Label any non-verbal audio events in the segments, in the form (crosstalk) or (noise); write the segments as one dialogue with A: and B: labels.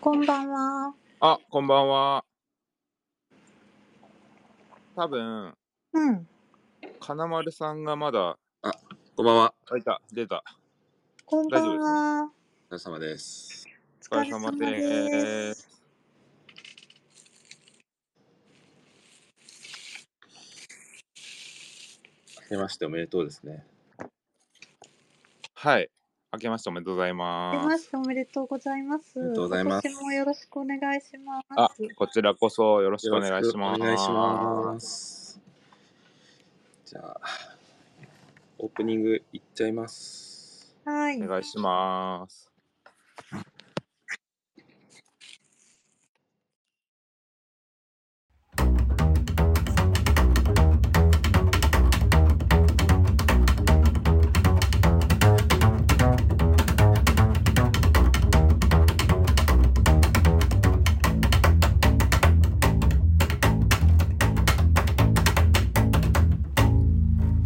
A: こんばんは。
B: あ、こんばんは。多分、
A: うん。
B: 金丸さんがまだ、
C: こんばんは。
B: あ、いた、出た。
A: こんばんは。
C: お疲れ様です。
B: お疲れ様
A: お疲れ様
B: で。
A: です
C: 明けましておめでとうですね。
B: はい。明けましておめでとうござい
A: 出
B: ま。
A: ますしておめでとうございます。
C: ありがとうございます
A: 今年もよろしくお願いします。
B: あ、こちらこそよろしくお願いします。
C: お願いします。じゃあ、オープニングいっちゃいます。
A: はい。
B: お願いします。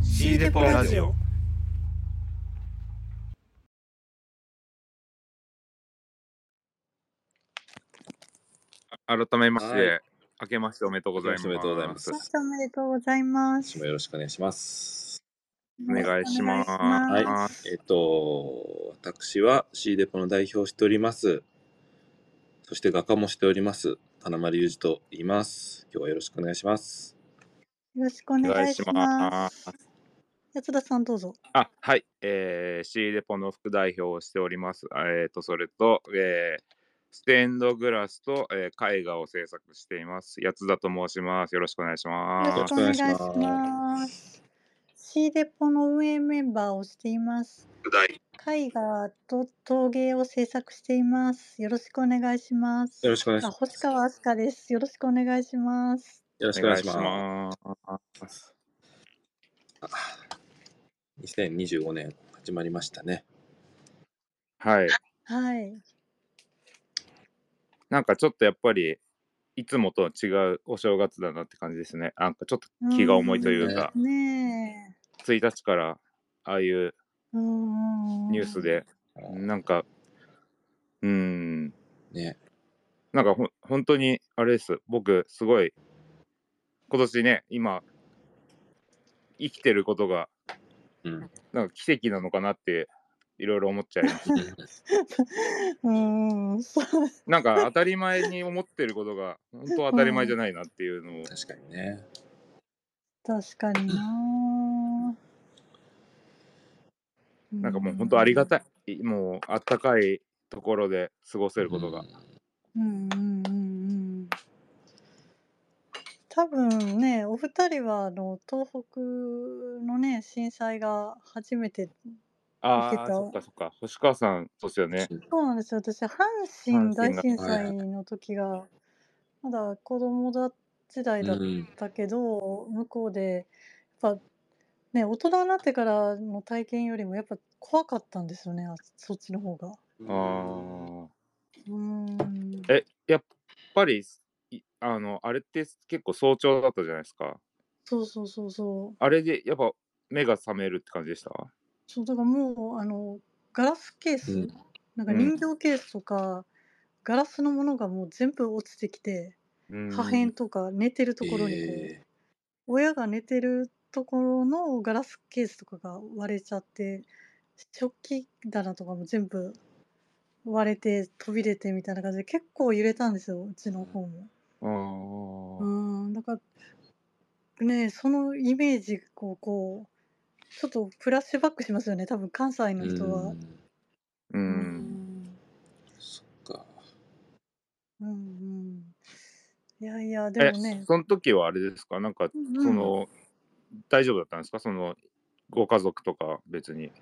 D: シーデポラジオ。
B: 改めまし
C: は
B: て、明けましておめでとうございます。
C: おめでとうございます
A: 出ましておめでとうございま
C: 私
A: す
C: も。よろしくお願いします。
B: お願いします
A: お願いし
B: は
A: ま
B: い
A: す
C: えっと、私は C デポの代表をしております。そして画家もしております。金丸裕二と言います。今日はよろしくお願いします。
A: よろしくお
B: お願
A: 願
B: い
A: い
B: し
A: します。
B: ます。
A: 八田さんどうぞ。
B: あ、はい。えー、C デポの副代表をしております。あえっ、と、それと、えー、ステンドグラスと、えー、絵画を制作しています。やつだと申します。よろしくお願いし
A: よ
B: ま
A: ろし
B: す
A: く。お願いし
C: よろしくお願い
A: ま。
C: します
A: シーデポの運営メンバーをしています。絵画と陶芸を制作しています。よろしくお願いします。
C: よろしくお願いし
A: あ
C: ます。
A: 星川飛鳥です。よろしくお願いします。
C: よろしくお願いします。
B: す。
C: 2025年始まりましたね。
B: はい。
A: はい。
B: なんかちょっとやっぱり、いつもと違うお正月だなって感じですね。なんかちょっと気が重いというか、
A: うんね
B: 1日からああいう
A: え。ニ
B: ニュース。で、なんか、うーん、
C: ね。
B: なんかほん本当にあれです僕すごい今年ね今生きてることが
C: うん。
B: なんか奇跡なのかなっていろいろ思っちゃいます
A: (laughs) うん。そう
B: なんか当たり前に思ってることが本当当たり前じゃないなっていうのを
C: 確かにね。
A: 確かにな。
B: なんかもう本当ありがたいいもうあったかいところで過ごせることが、
A: うんうんうんうん多分ねお二人はあの東北のね震災が初めて
B: あ
A: いけ
B: あ
A: た
B: そっかそっか星川さんそうですよね
A: そうなんですよ私阪
B: 神
A: 神大
B: が
A: 震
C: はい
A: 災の時がまだ子供だ時代だっ
C: うん
A: たけど、向こうでやっぱね大人になってからの体験よりもやっぱ怖かったんですよねあそっちの方が。
B: あー
A: うーん
B: えやっぱりいあのあれって結構早朝だったじゃないですか
A: そうそうそうそう
B: あれでやっぱ目が覚めるって感じでした
A: そうだからもうあのガラスケース、
C: うん
A: なんか
B: うん
A: 人形ケースとか、ガラスのものがもう全部落ちてきて破片とか寝てるところにこう、
C: え
A: 親が寝てるところのガラスケースとかが割れちゃって食器棚とかも全部割れて飛び出てみたいな感じで結構揺れたんですようちの方も。
B: あー
A: うんだからねそのイメージこうこうちょっとフラッシュバックしますよね多分関西
C: ー
A: の人は
C: う。ん
B: う
A: うんん
C: そっか。
A: うんうんいやいやで
B: え
A: もね、
B: その時はあれですかなんか
A: うんうん
B: その、大丈夫だったんですかそのご家族とか別に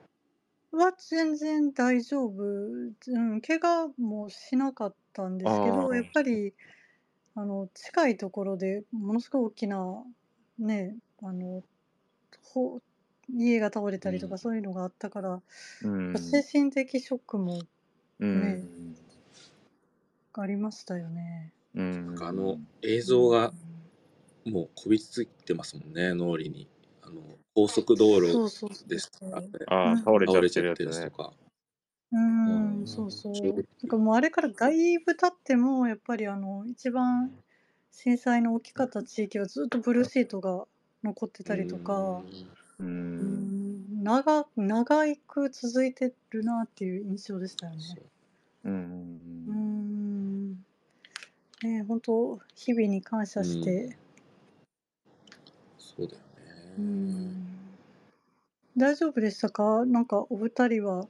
A: は全然大丈夫、うん、怪我もしなかったんですけ
B: あ
A: ど
B: ー
A: やっぱりあの近いところでものすごい大きなねあのほ家が倒れたりと
C: う
A: か
C: ん
A: そういうのがあったから、
B: うん
A: 精神的ショックも
B: うん
A: ありましたよね。
B: うん
C: あの映像がもうこびりついてますもんね、脳裏に。あの高速
A: そう
C: 道路
A: そうそう
C: ですと
A: そ
C: か、
A: う
B: あー倒れち
C: 倒
B: ゃっ
C: れ
B: て
C: ち
B: る
C: ゃ
B: や
C: ってるや
B: つ
C: つと
B: ね
C: か。
A: う
C: う
A: ー
C: ん
A: ん、そうそう。
C: 衝撃
A: なんかもうあれからだいぶ経っても、やっぱりあの、一番震災の大きかった地域はずっとブルーシートが残ってたりとか、
B: う。
A: うんん、長、長く続いてるなっていう印象でしたよね。
C: そう
A: うー
B: う
A: ん。
B: ん。
A: ねえ、本当日々に感謝して、
C: そうだよ
A: う
C: ね。
A: ん。大丈夫でしたかなんかお二人は、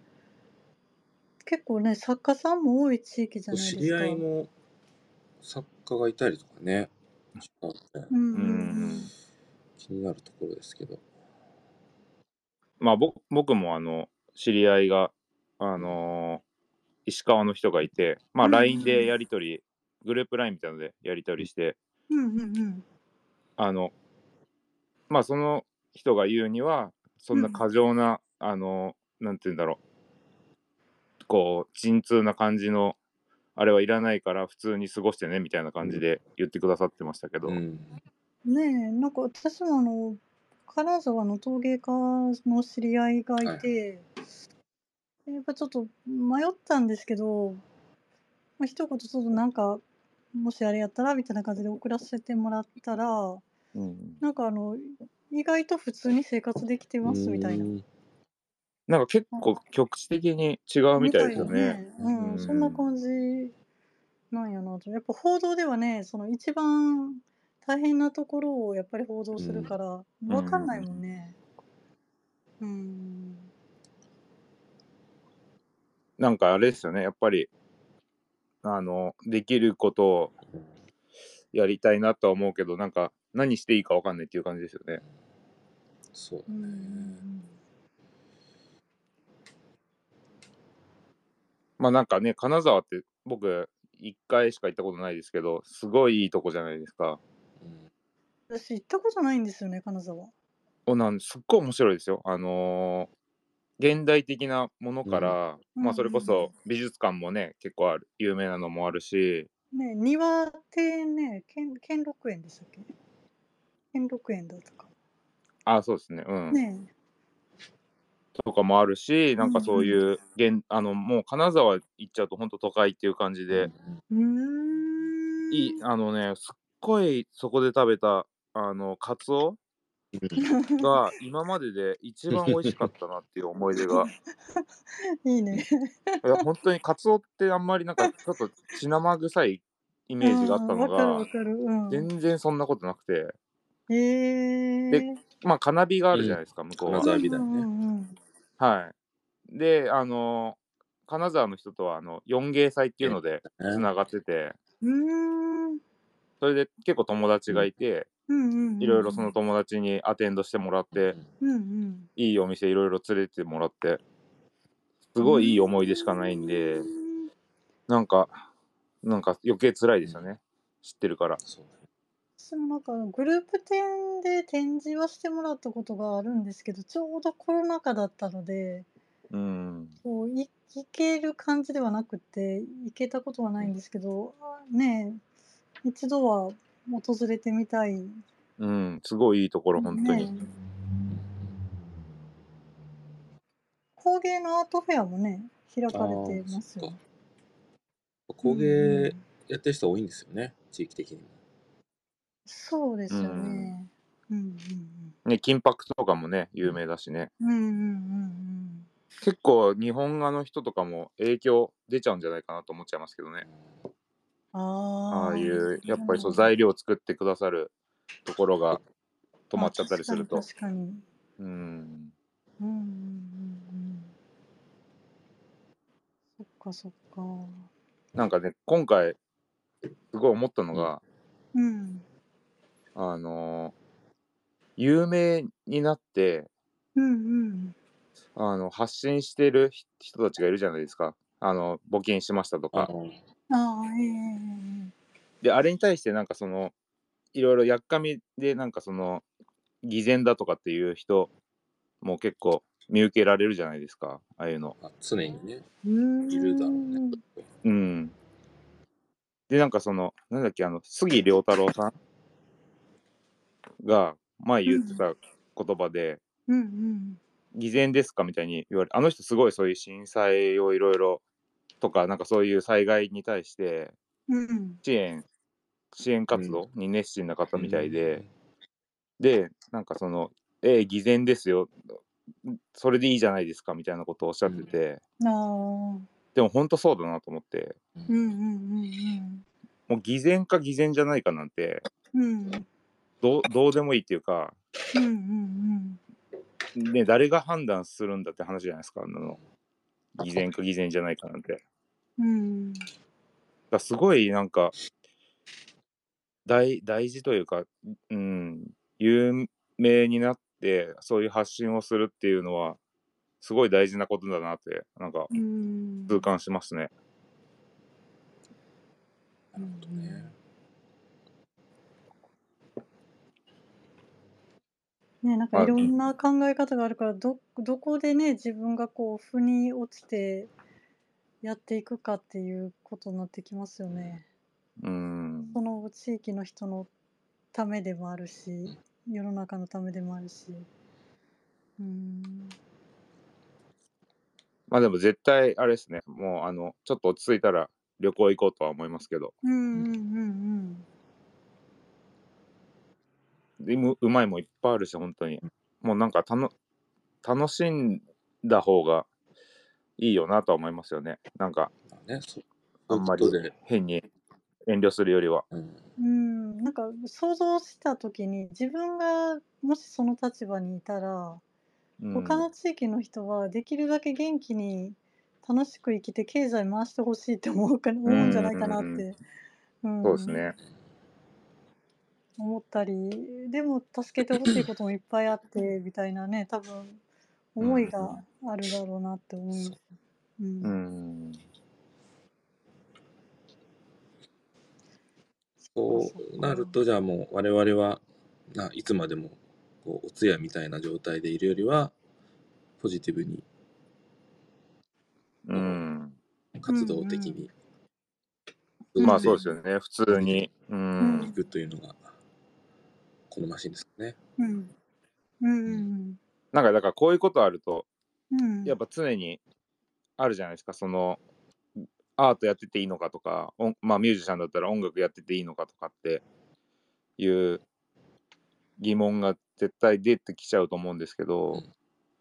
A: 結構ね、作家さんも多い地域じゃない
C: 知
A: です
C: り
A: か。
C: 合いの作家がいたりとかね、ちょっとね
A: うんうん
B: う
A: うんん。
C: 気になるところですけど。
B: まあ、ぼ僕もあの、知り合いが、あのー石川の人がいて、まあ、
A: うん
B: LINE でやりとり、グループ LINE みたいなのでやりとりして、
A: うんうんうん。
B: あの、まあ、その人が言うには、そんな過剰な、あの、なんて言うんだろう、こう、沈痛な感じの、あれはいらないから、普通に過ごしてね、みたいな感じで言ってくださってましたけど、
C: うん。
A: ねえ、なんか私もあの、金沢の陶芸家の知り合いがいて、やっぱちょっと迷ったんですけど、まあ、一言ちょっとなんか、もしあれやったらみたいな感じで送らせてもらったら、
B: うん
A: なんかあの、意外と普通に生活できてますみたいな。
C: うん
B: なんか結構局地的に違うみたいですよ
A: み
B: ね。
A: たいなうん、
B: うん
A: そんな感じなんやなと。やっぱ報道ではね、その一番大変なところをやっぱり報道するから、わかんないもんね。うん。
B: なんかあれですよね、やっぱり、あの、できることをやりたいなとは思うけど、なんか、何していいかわかんないっていう感じですよね。
C: そう
A: う
C: だね。
A: ん。
B: まあなんかね、金沢って僕、一回しか行ったことないですけど、すごいいいとこじゃないですか。
C: うん
A: 私行ったことないんですよね、金沢。
B: おなんすっごい面白いですよ。あのー現代的なものから、
A: うん
B: まあそれこそ美術館もね、結構ある、有名なのもあるし、
A: ね、庭ってね、兼兼六園でしたっけ兼六園だとか。
B: あ、そうですね、うん。
A: ね
B: とかもあるし、なんかそう
A: う
B: いう、現あのもう金沢行っちゃうと本当都会っていう感じで、
A: うーん。
B: いい、あのね、すっごいそこで食べた、あの、カツオ (laughs) が今までで一番美味しかったなっていう思い出が。
A: (laughs) いいね。
B: いや本当にカツオってあんまりなんかちょっと血生臭いイメージがあったの
A: うんわかるわ
B: が、
A: かる。うん。
B: 全然そんなことなくて、
A: えー、
B: でまあ、カナビがあるじゃないですか、向こう
C: 金
B: は。
C: 沢美大ね
A: うんうんうん
B: はい。で、あの、金沢の人とは、あの、四芸祭っていうので、
C: ね
B: つながってて、
A: うーん
B: それで結構友達がいて、
A: うんうんうん
B: いろいろその友達にアテンドしてもらって、
A: うんうん
B: いいお店いろいろ連れてもらって、すごいいい思い出しかないんで、なんか、なんか余計辛いですよね。知ってるから。
C: そうだね
A: 私もなんかグループ展で展示はしてもらったことがあるんですけどちょうどコロナ禍だったので
B: うん。
A: こうい行ける感じではなくて行けたことはないんですけどねえ一度は訪れてみたい
B: うん、すごいいいところ、本当に。
A: ね工芸のアートフェアもね開かれてますよね
C: 工
A: うんう
C: 芸
A: ん
C: やってる人多いんですよね、地域的にも。
A: そうですよねうん
B: ね、金箔とかもね、有名だしね。
A: うんうんうんうん
B: 結構、日本画の人とかも影響出ちゃうんじゃないかなと思っちゃいますけどね。
A: うんあ
B: あ
A: ー
B: あいう、やっぱりそう、
A: なる
B: 材料を作ってくださるところが止まっちゃったりする
A: あ
B: と。
A: 確かに確かに
B: うん。
A: うんうんうんうんそっかそっか
B: なんかね、今回、すごい思ったのが、
A: うん
B: あのー有名になって、
A: うん
B: あの、発信してる人人たちがいるじゃないですか。あの、募金しましたと
C: あ
B: か。
C: ー
A: うんああえええ
B: で、あれに対してなんかその、いろいろやっかみでなんかその、偽善だとかっていう人も結構見受けられるじゃないですか。ああいうの。
C: あ常にね。
A: えうん
C: いるだろうね
B: うん。で、なんかその、なんだっけ、あの、杉良太郎さんが前言ってた言葉で、
A: うんうん
B: 偽善ですかみたいに言われあの人すごいそういう震災をいろいろとかなんかそういう災害に対して
A: うん。
B: 支援支援活動に熱心な方みたいで、でなんかその「ええ偽善ですよそれでいいじゃないですか」みたいなことをおっしゃってて、
A: ああ。
B: でも本当そうだなと思って
A: うんうん
B: もう偽善か偽善じゃないかなんて
A: うんうん。うん。
B: どうどうでもいいっていうか、
A: うんうん
B: ね、誰が判断するんだって話じゃないですかあんなの偽善か偽善じゃないかなんて。
A: うん。うん。
B: だからすごいなんか大大事というか、うん、有名になってそういう発信をするっていうのはすごい大事なことだなってなんか
A: うん。
B: 痛感しますね。
A: なるほどねね、なんか
B: は
A: い
B: い
A: ろんな考え方があるからどどこでね自分がこう腑に落ちてやっていくかっていうことになってきますよね。
B: うん
A: その地域の人のためでもあるし世の中のためでもあるし。うん
B: まあでも絶対あれですねもうあのちょっと落ち着いたら旅行行こうとは思いますけど
A: うんうんうん
B: でううまいもんいっぱいあるし本当にもうなんかたの楽しんだ方がいいよなとは思いますよねなんか
C: ね、そう
B: あんまり
C: そういうことで、
B: 変に遠慮するよりは。
C: うん
A: うんうんなんか想像した時に自分がもしその立場にいたら
B: うん
A: 他の地域の人はできるだけ元気に楽しく生きて経済回してほしいって思うか思うんじゃないかなって、うん
B: そうですね。
A: 思ったりでも助けてほしいこともいっぱいあってみたいなね多分思いがあるだろうなって思います。うん
B: うん。
C: そうなるとじゃあもう我々はないつまでもこうお通夜みたいな状態でいるよりはポジティブに
B: うん。
C: 活動的に、
A: うん
B: まあそうですよね。普通に。う
C: 行
B: ん。
C: くというのが好ましいんですかね。
A: うんうん
B: なんかだからこういうことあると、
A: うん
B: やっぱ常にあるじゃないですか。その、アートやってていいのかとか、音まあミュージシャンだったら音楽やってていいのかとかっていう疑問が絶対出てきちゃうと思うんですけど、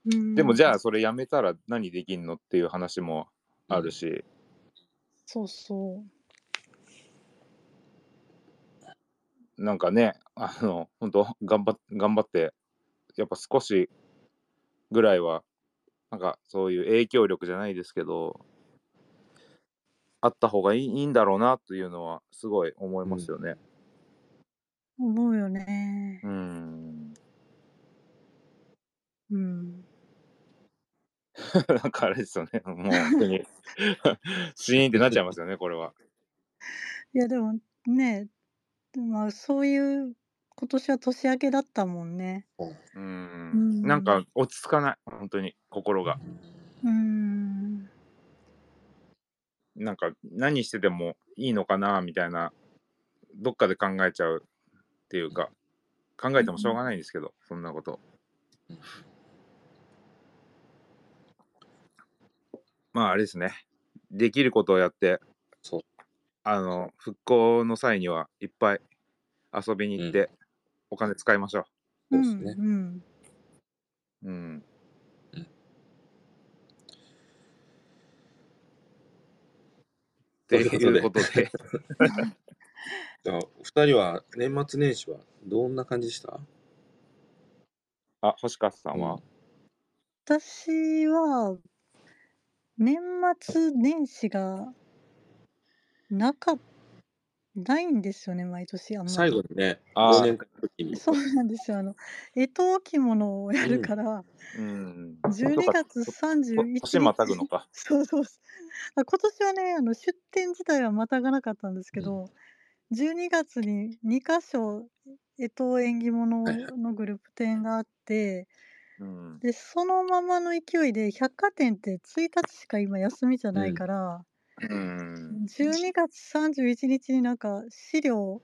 A: うん
B: でもじゃあそれやめたら何できんのっていう話もあるし、
A: そうそう
B: なんかね、あの、本当頑張っ頑張って、やっぱ少しぐらいは、なんかそういう影響力じゃないですけど、あった方がいいいいんだろうなというのは、すごい思いますよね。
A: 思うよね
B: う。ん。 (laughs)
A: うん、
B: なんかあれですよね、もう本当 (laughs) に、シーンってなっちゃいますよね、これは。
A: いやでもねまあそういう今年は年明けだったもんね。
B: う。
A: うんん
B: なんか落ち着かない、本当に、心が。
A: うん
B: なんか何しててもいいのかなみたいなどっかで考えちゃうっていうか考えてもしょうがないんですけど、そんなこと
C: うん
B: まああれですねできることをやって
C: そう
B: あの復興の際にはいっぱい遊びに行って、お金使いましょ
C: そうですね
A: うん
B: ううんっていうことで
C: じゃあお二人は年末年始はどんな感じでした
B: あ星川さんは、
A: 私は年末年始がなかっないんですよね毎年あんまり
C: 最後にね
B: あー
C: 忘年会の時に
A: そうなんですよあの干支置物をやるから、
B: うん
A: 12月31日
B: 年またぐのか
A: そうそう (laughs) そうあ今年はねあの出店自体はまたがなかったんですけど、12月に2箇所干支縁起物
C: はいは
A: のグループ展があって
B: うん
A: でそのままの勢いで百貨店って1日しか今休みじゃないから、
B: うん
A: 12月31日になんか資 (laughs) 料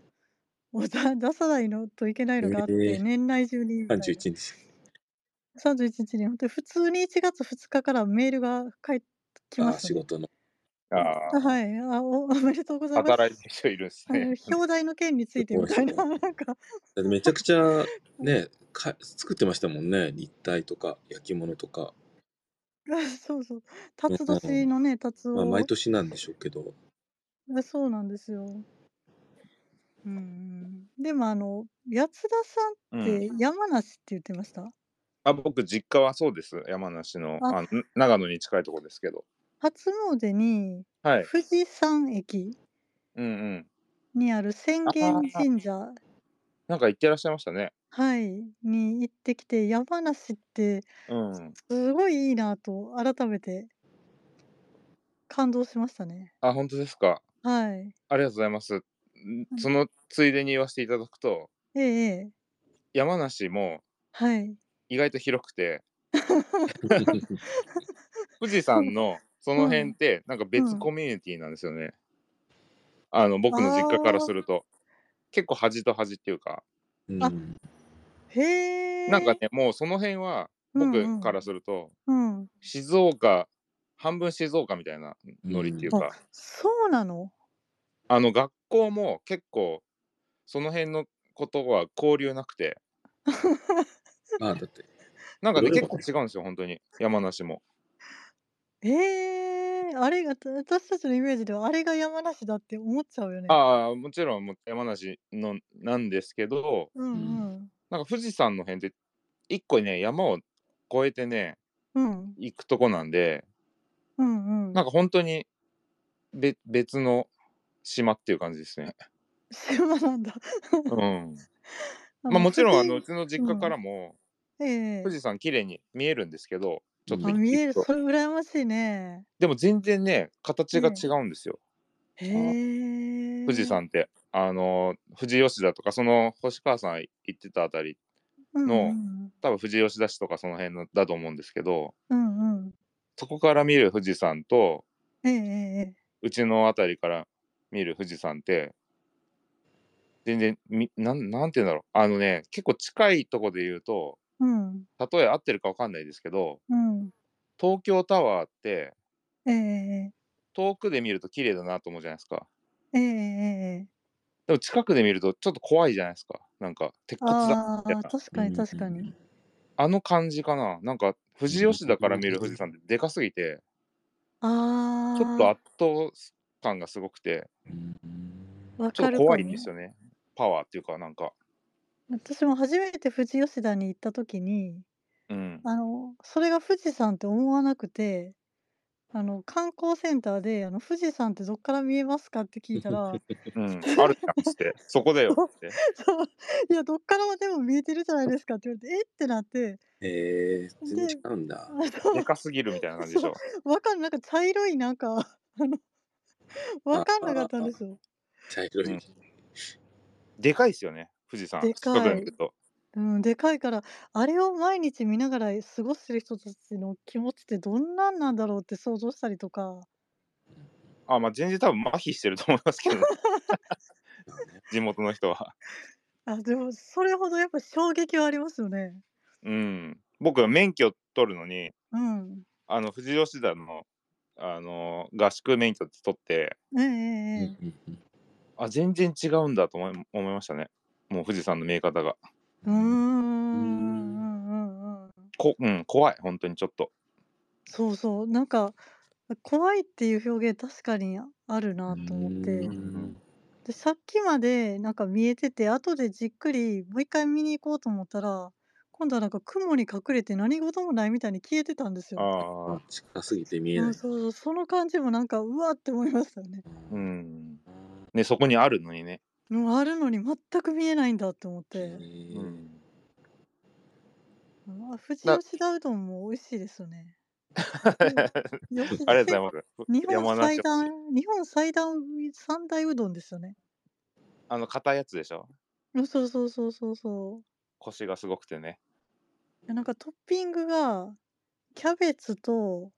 A: をだ出さないのといけないのがあって、
C: えー
A: 年内中にみたいな
C: 31日
A: 31日に、本当に普通に1月2日からメールが返ってきま
C: あ
A: す
C: 仕
A: よね、
C: 事の。
B: ああ、
A: はい、あおお (laughs) めでとうございます。
B: 働いてる人いるんです
A: あの
B: (laughs) ね。
A: 表題の件についてみたいな、なんか、
C: だってめちゃくちゃねか作ってましたもんね立体とか焼き物とか、
A: そう
B: (laughs)
A: そう、辰年のね、辰
C: まあ、
A: を、
C: 毎年なんでしょう
A: (laughs)
C: けど
A: そうなんですよ。うんうん、でも、あの、八津田
B: う
A: さんっ
B: ん、
A: て山梨って言ってました、
B: あ僕、実家はそうです。山梨の
A: あ
B: あん長野に近いところですけど。
A: 初詣に
B: はい。
A: 富士山駅
B: うんうん。
A: にある浅
B: あ
A: 間
B: あ、
A: 神社、
B: なんか行ってらっしゃいましたね。
A: はい、に行ってきて、山梨って
B: うん。
A: すごいいいなと、改めて感動しましたね。
B: あ、本当ですか。
A: はい。
B: ありがとうございます。ん
A: う
B: そ
A: ん
B: のついでに言わせていただくと、
A: ええ、ええ
B: 山梨も
A: はい。
B: 意外と広くて、富士山のそうの辺っ
A: ん、
B: て、なんか別
A: う
B: コ
A: ん。
B: ミュニティなんですよね。あの、僕の実家から
A: あ
B: すると。結構端と端っていうか、
C: う
A: あ、あ、
C: ん、
B: なん
A: へ
B: か
A: え、
B: ね、もうその辺は
A: う
B: 僕
A: んう
B: か
A: ん、
B: らすると、
A: うん。
B: 静岡、半分静岡みたいな
C: う、
B: ノリっていうん
A: あ、
B: か、
A: そうなの
B: あの学校も結構その辺のことは交流なくて、
C: まあだって
B: なん
C: い
B: か
C: ろ
B: ね、結
C: いろも
B: 構
C: ね
B: 違うんですよ、本当に、山梨も。
A: ええ、あれが、た私たちのイメージではあれが山梨だって思っちゃうよね。
B: ああ、もちろんもう山梨のなんですけど、
A: う
C: うんん
A: うん、
B: なんか富士山の辺で一個ね、山を越えてね、
A: うん、
B: 行くとこなんで、
A: うんう
B: な
A: ん。
B: んか本当にべ別の島っていう感じですね。
A: (laughs) 島なん
B: (laughs)
A: だ。
B: うん。
A: あ
B: まあ
A: の、
B: もち
A: 富
B: ろんあのう
A: 士、
B: ちの実
A: う
B: 家か
A: ん、
B: らも
A: え
B: 富
A: え、
B: 士山綺麗に見えるんですけどちょっ
C: う
B: と
A: あ、
B: 行
C: ん
A: 見
B: く
A: える、
B: と
A: それ羨ましいね。
B: でも全然ね形が
A: え
B: 違うんですよ
A: え、
C: あ
B: 富士
A: へえ、
B: 山ってあの富士吉田とかその星川さん行ってたあたり
A: うんう
B: の
A: ん、
B: 多分富士吉田市とかその辺のだと思うんですけど
A: うんうん。
B: そこから見る富士山と
A: ええ、ええ、
B: うちのあたりから見る富士山って全然みなんなんて言うんだろうあのね結構近いとこで言うと
A: うん、
B: 例え合ってるかわかんないですけど
A: うん、
B: 東京タワーって
A: ええ、
B: 遠くで見ると綺麗だなと思うじゃないですか。
A: ええ、ええ、
B: でも近くで見るとちょっと怖いじゃないですか。なんか鉄骨だみたい
A: ああー、
B: な。
A: 確
C: う
A: かに
C: ん
A: 確かに。
B: あの感じかな。なんか富士吉田から見る富士山ってでかすぎて、ちょっと
A: あ
B: 圧倒感がすごくて、
A: あ、わ
B: ちょっ
A: か
B: と
A: るか
B: 怖いんです
A: も。
B: よね。パワーっていうか、なんか。
A: 私も初めて富士吉田に行った時に、
B: うん。
A: (laughs) あの、それが富士山って思わなくて、あの、観光センターで、あの、富士山ってどっから見えますかって聞いた
B: (laughs)
A: ら、
B: うん。あるじゃんっつって、そこだよ
A: そう
B: っつって。
A: そういや、どっからでも見えてるじゃないですかって言われて、えってなって、
C: えー、全然
A: で、
C: 違うんだ。
A: あ
B: で
A: の、
B: かすぎるみたいな感じで
A: そ
B: し
A: う、
B: ょ。
A: わかんなんか茶色い、なんか、あの、わ
C: あ
A: かんなかったん
C: あ、
A: ですよ。
C: 茶色
B: う
C: い。
B: ん。でかいですよね、富士山。
A: で
B: 近く
A: か
B: で見
A: い。
B: ると。
A: うん、でかいから、あれを毎日見ながら過ごしてる人たちの気持ちってどんなんなんだろうって想像したりとか、
B: あ、まあ全然多分麻痺してると思いま
A: (laughs)
B: すけどね。
C: まあね、
B: 地元の人は。
A: あ、でも、それほどやっぱ衝撃はありますよね。
B: うん。僕は免許取るのに、
A: うん。
B: あの、富士吉田の、あの、合宿免許って取って、
A: ええ
C: うん
A: ええ。
C: うんうん
B: あ、全然違うんだと思い思いましたね。もう富士山の見え方が。
A: ええうんう
C: う
A: う
C: ん
A: んんうんうん。
B: こうん、怖い、本当にちょっと。
A: そうそう。なんか、怖いっていう表現確かにある
C: う
A: なと思っ
B: う
A: て。
C: ん
B: ん、
A: で、さっきまでなんか見えてて、後でじっくりもう一回見に行こうと思ったら、今度はなんか雲に隠れて何事もないみたいに消えてたんですよ。
C: あ
B: ああ、
C: 近すぎて見え
A: そ
C: な
A: う
C: い。
A: そうそう、その感じもなんか、うわって思いましたよね。
B: う
C: うん
B: ん。ね、そこにあるのにね。
A: もうあるのに全く見えないんだって思っ
C: へ
A: て。
B: う
C: ー
B: ん。
A: あ、富士
B: だ
A: 吉田うどんも美味しいですよ
B: (laughs)
A: ね。
B: (laughs) あ
A: よ
B: り
A: 吉田
B: が
A: せ
B: とうございます。
A: 日本
B: 山梨
A: 最
B: らしい。
A: 大、日本最大、三大うどんですよね。
B: あの、硬いやつでしょ
A: うんそうそうそうそうそう。
B: コシがすごくてね。
A: いやなんかトッピングが、キャベツと、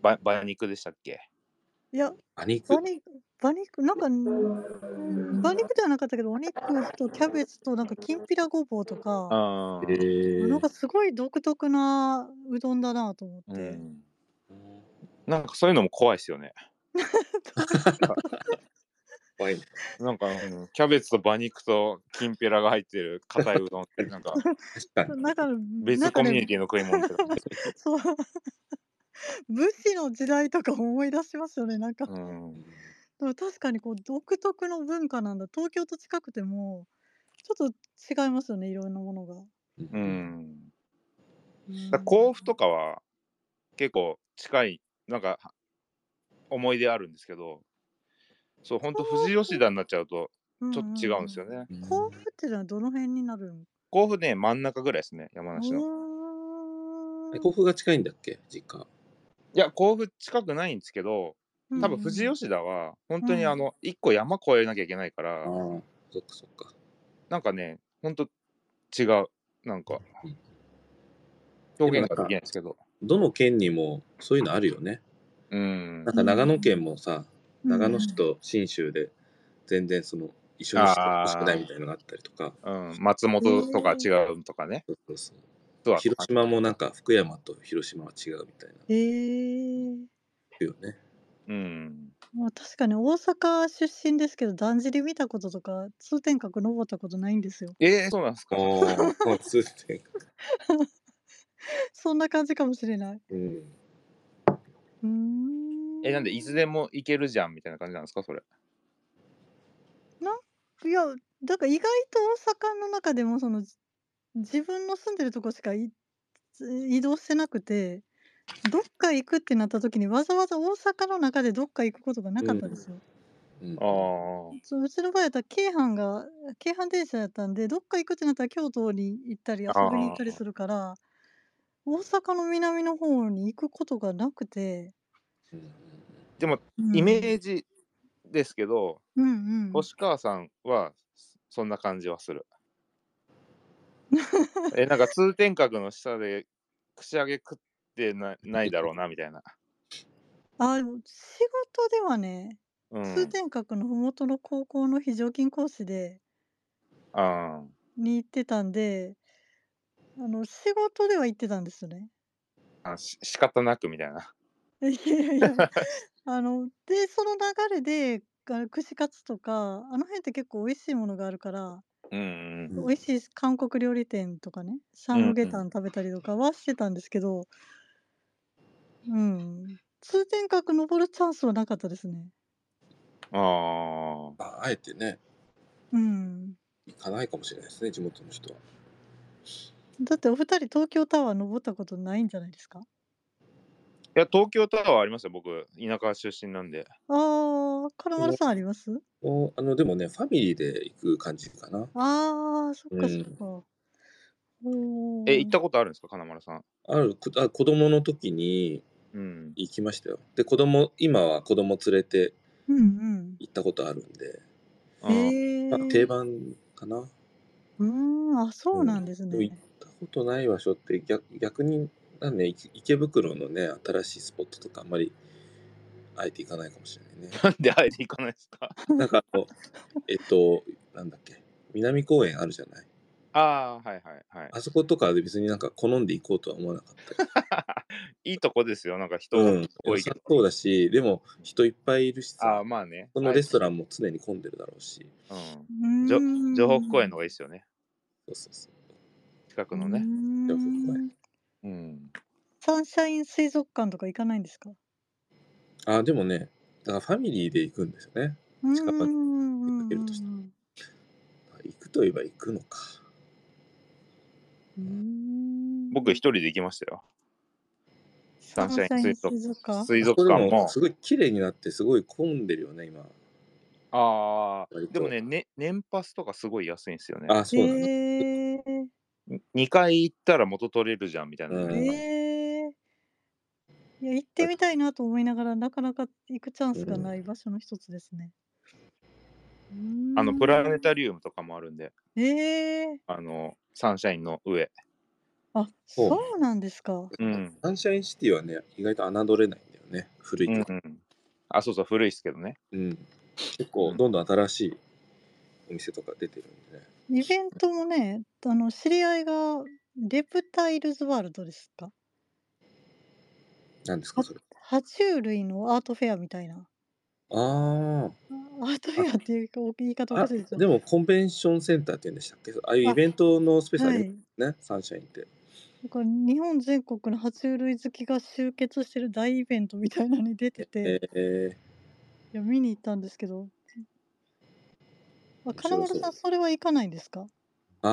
B: ば馬肉でしたっけ
A: いや、
C: 馬肉
A: 馬肉、馬肉、なんか、馬肉ではなかったけど、お肉とキャベツと、なんか、きんぴらごぼうとか、
B: あ
C: え
B: ー
C: ー
A: なんかすごい独特なうどんだなと思っ
B: う
A: て。
B: ん、なんかそういうのも怖いですよね。
C: 怖いね
B: なんか、うんキャベツと馬肉ときんぴらが入ってる硬いうどんって、なんか
C: 確かに
A: なんか、な
B: 別
A: んか
B: コミュニ
A: ね、
B: ティの食い物って感じ。
A: そう。 (laughs) 武士の時代とか思い出しますよね、なんか。
B: うん
A: でも確かにこう独特の文化なんだ東京と近くてもちょっと違いますよねいろんなものが。
B: う、ん
A: うん
B: だから甲府とかは結構近いなんか思い出あるんですけどそう本当富士吉田になっちゃうとちょっと違うんですよね、。
C: うん
A: 甲府ってのはどの辺になるの
B: 甲府ね真ん中ぐらいですね山梨の
C: え甲府が近いんだっけ実家
B: いや甲府近くないんですけど多分富士吉田は本当にあの一個山越えなきゃいけないから、
C: ああそっかそっか
B: なんかね本当違うなんか
C: うん
B: 表現ができないですけど
C: どの県にもそういうのあるよね
B: うん
C: なんか長野県もさ
A: うん
C: 長野市と信州で全然その一緒にしてほしくないみたいなのがあったりとか
B: うん、松本とか違うとかね、
C: そうそうそう
B: とは
C: 広島もなんか福山と広島は違うみたいな
A: えー、
C: 言うよね
B: うん
A: もう確かに大阪出身ですけどだんじり見たこととか通天閣登ったことないんですよ
B: えー、そうなんですか
C: ああ通天
A: そんな感じかもしれないう
C: うん
A: うーん
B: えなんでいつでも行けるじゃんみたいな感じなんですかそれ
A: いやだから意外と大阪の中でもそのじ自分の住んでるとこしかい移動してなくてどっか行くってなった時にわざわざ大阪の中でどっか行くことがなかったんですよ。
C: うん
B: ああ
A: そううちの場合だったら京阪が京阪電車やったんでどっか行くってなったら京都に行ったり遊びに行ったりするから大阪の南の方に行くことがなくて、
C: うんうん
B: でも
A: うん
B: イメージですけど、
A: うんうん、
B: 星川さんはそんな感じは
A: (laughs)
B: するえなんか通天閣の下で串揚げ食ってなないだろうなみた
A: (laughs)
B: いな、
A: あでも仕事ではね
B: うん、
A: 通天閣の麓の高校の非常勤講師で
B: あー
A: に行ってたんであの仕事では行ってたんですよね。 (laughs)
B: あし仕方なくみたいな、
A: いやいやあのでその流れであの串カツとかあの辺って結構美味しいものがあるから、
B: うんうん、
C: うん
A: 美味しい韓国料理店とかねサムゲタン食べたりとかはしてたんですけど、うん通天閣登るチャンスはなかったですね。
B: ああ
C: ああえてね
A: うん、
C: 行かないかもしれないですね地元の人は
A: だってお二人東京タワー登ったことないんじゃないですか
B: いや東京タワーありました僕田舎出身なんで
A: ああ、金丸さんあります
C: おあのでもねファミリーで行く感じかな
A: ああ、そっ
C: う
A: か
C: ん
A: そっか。おー
B: え行ったことあるんですか金丸さん
C: あるこあ子供の時に
B: うん
C: 行きましたよで子供今は子供連れて
A: うん
C: 行ったことあるんで、
A: うん。へえ。
C: まあ、定番かな
A: うーん、あ、そうなんです
C: でも行っ
A: ね。
C: たことない場所って逆逆になんねい池袋のね新しいスポットとかあんまりあえて行かないかもしれな
B: (laughs)
C: いね
B: (laughs) なんであえて行かないですか
C: なんかあのえっとなんだっけ南公園あるじゃない
B: ああはいはい
A: (laughs)
B: はい
C: あそことかで別になんか好んで行こうとは思わなかったけど
B: いいとこですよ、なんか人
C: うん
B: 多
C: 良
B: いけ
C: さ
B: ど。
C: そうだしでも人いっぱいいるし
B: あ
C: さ
B: あ、まあね。
C: そのレストランも常に混んでるだろうし
B: うん
A: う
B: じょ
A: ーん
B: 情報公園の方がいいですよね、
C: そうそうそう
B: 近くのね。。
A: うーん
C: 情報公園
B: うん。
A: サンシャイン水族館とか行かないんですか
C: あでもねだからファミリーで行くんですよね近場
A: うーん
C: に
A: うん
C: 出かけるとした
A: うん
C: あ行くといえば行くのか
A: うん
B: 僕一人で行きましたよ。
A: サンシャイン水族館。
B: 水族館
C: あそこで
B: も。
C: すごい綺麗になってすごい混んでるよね今
B: ああ
C: 割、と
B: でもねね、年パスとかすごい安いんですよね。
C: あそうなの、
A: へえ。
B: 2回行ったら元取れるじゃんみたいな。
C: うん
A: ええいや行ってみたいなと思いながらなかなか行くチャンスがない場所の一つですね。
B: あの、プラネタ
A: リ
B: リウムとかもあるんで、
A: ええ
B: あの、サンシャインの上。
A: あ
C: そう
A: そうなんですか。
B: うん。
C: サンシャインシティはね意外と侮れないんだよね古い
B: うん
C: け
B: う
C: ど、
B: ん、あ、そうそう、古いっすけどね。
C: うん、結構どんどん新しいお店とか出てるんでね
A: イベントもね、あの、知り合いが、レプタイルズワールドですか
C: 何ですかそれ
A: 爬虫類のアートフェアみたいな。
C: あ
A: アートフェアっていうか言い方お
C: あ
A: か
C: あ
A: しいですよ。
C: でもコンベンションセンターって言うんでしたっけああいうイベントのスペースあ
A: は
C: る
A: い
C: よ。ね、サンシャインって
A: だから日本全国の爬虫類好きが集結してる大イベントみたいなのに出てて、
C: ええ
A: いや見に行ったんですけど。あ
C: 面白
A: 金丸さ、
C: そうん
A: それは行かないんです
C: (laughs)
A: か
C: あ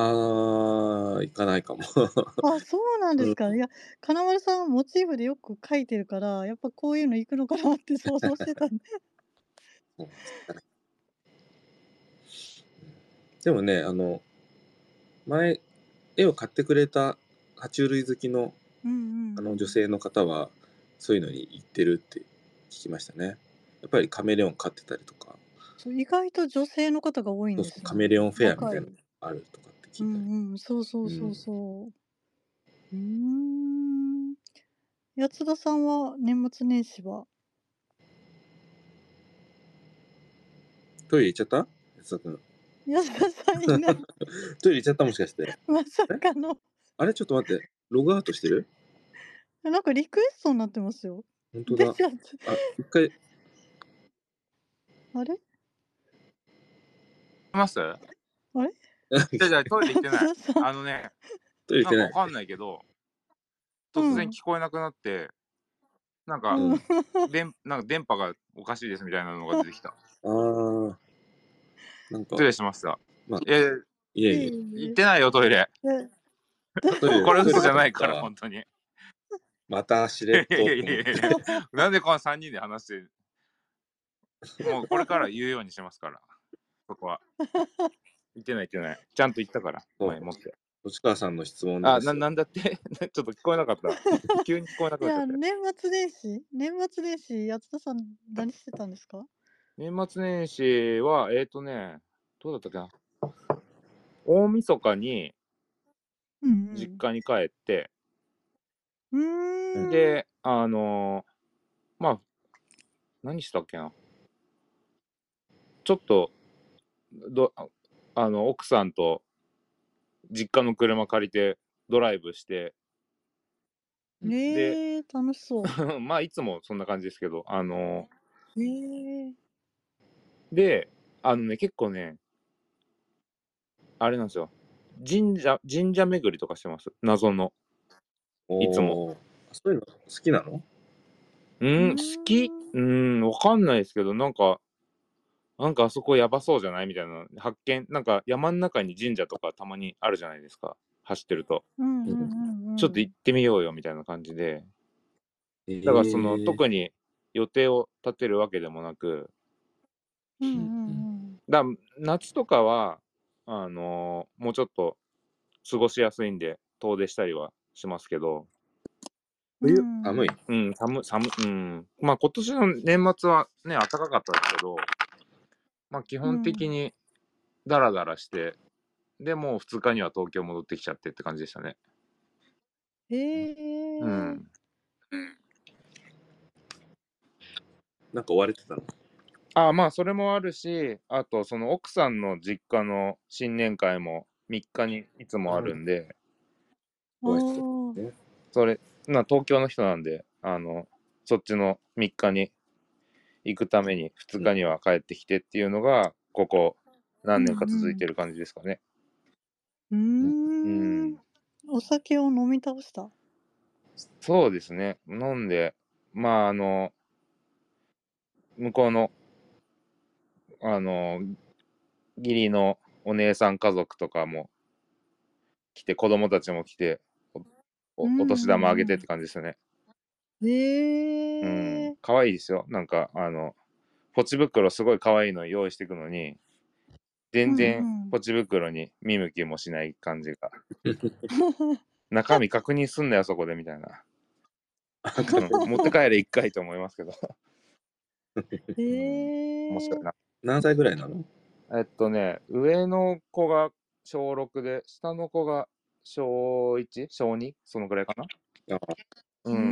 C: あ行かないかも (laughs)
A: あ、そうなんですか。いや、金丸さんはモチーフでよく描いてるから、やっぱこういうの行くのかなって想像してたん
C: (laughs)
A: で。
C: でもねあの前絵を買ってくれた爬虫類好きの
A: うんうん。
C: あの女性の方はそういうのに行ってるって聞きましたねやっぱりカメレオン飼ってたりとか
A: そう意外と女性の方が多いん
C: そう
A: で
C: そ
A: すよ。
C: うカメレオンフェアみたいな
A: 若
C: の
A: い
C: あるとかって聞いた
A: う
C: り、
A: んうん、そうそう
C: うん
A: そうそう。うーん。八田さんは年末年始は
C: トイレ行っちゃった安田君
A: 八田さんいない
C: トイレ行っちゃったもしかして
A: まさか
C: (laughs)
A: の
C: あれちょっと待ってログアウトしてる
A: なんかリクエストになってますよ。
C: 本当だ
A: 出ちゃっ
C: あ一回 (laughs)
A: たあれ
B: いますじゃあじゃあトイレ行ってな
A: 八
B: (laughs) い。
A: 田さん
B: あのね、
C: トイレ行
B: な
C: っ
B: んかわ
C: てない
B: かんないけど、
A: うん
B: 突然聞こえなくなって、なんか、
C: うん
B: 電なんか電波がおかしいですみたいなのが出てきた。
C: あーなんか
B: 失礼しました。
C: まあ
B: いやいや、
C: いえいえ
B: 行ってないよ、トイレ。
A: え
C: トイレ
B: これ
C: トイレ
B: 嘘じゃないから、
C: 行っ
B: 本当に。い
C: たまたし
B: や
C: れ
B: い
C: っと
B: やいやいやいやなんでこの3人で話してるもうこれから言うようにしますから、そこは。行ってない行ってない。ちゃんと行ったから、
C: そう
B: 前持って。
C: 内川さんの質問です
B: あ、ななんだって (laughs) ちょっと聞こえなかった。急に聞こえな
A: い
B: くなっちゃ
A: や、
B: って。
A: 年末年始年末年始、八田さん何してたんですか
B: 年末年始は、えっ、ー、とね、どうだったっけな。大晦日に
A: うんうん。
B: 実家に帰って、
A: うーん。
B: で、あのーまあ、何したっけな。ちょっと、どああの、奥さんと実家の車借りてドライブして、 (laughs)
A: ねえ楽しそう。
B: まあ、いつもそんな感じですけど、あの
A: ね (laughs) え
B: ーで、あのね、結構ね、あれなんですよ。神社、神社巡りとかしてます。謎の。いつ
C: もそういうの好きなの
B: うん、
A: うん
B: 好きうん、わかんないですけど、なんか、なんかあそこやばそうじゃないみたいな発見、なんか山の中に神社とかたまにあるじゃないですか、走ってると。
A: うんうんうんうん。
B: ちょっと行ってみようよみたいな感じで、
C: だ
B: だからその、
C: に
B: 特に予定を立てるわけでもなく、
A: うんうん
B: だ夏とかは、あのーもうちょっと過ごしやすいんで、遠出したりはしますけど、
A: うん。
C: 冬
A: うん
C: 寒い。
B: うん、寒、寒、うん。まあ今年の年末はね、暖かかったですけど、まあ基本的にダラダラして、で、もう2日には東京戻ってきちゃってって感じでしたね。
A: へえ
B: うん。
C: なんか追われてたの
B: ああ、まあそれもあるし、あとその奥さんの実家の新年会も3日にいつもあるんで、
C: ご挨
A: あ
C: 拶
A: あ
B: それ、な東京の人なんで、あの、そっちの3日に行くために2日には帰ってきてっていうのが、ここ何年か続いてる感じですかね。
A: うー
B: うん
A: ん。お酒を飲み倒した。
B: そうですね。飲んで、まあ、あの、向こうの、あの、義理のお姉さん家族とかも来て、子供たちも来て、お
A: うんうんうん
B: おお年玉あげてって感じですよね。
A: へ
B: う
A: え
B: ん。可愛いですよ。なんか、あの、ポチ袋すごい可愛いの用意していくのに、全
A: うんう
B: 然
A: ん
B: ポチ袋に見向きもしない感じが。
A: (laughs)
B: 中身確認すんなよ、そこで、みたいな。うん持って帰れ一回と思いますけど。
A: (laughs) へえ。
B: もしかしたら
C: 何歳ぐらいなの
B: えっとね、上の子が小6で、下の子が小 1? 小 2? そのぐらいかな
C: あ
B: う
A: うんうん
B: ん。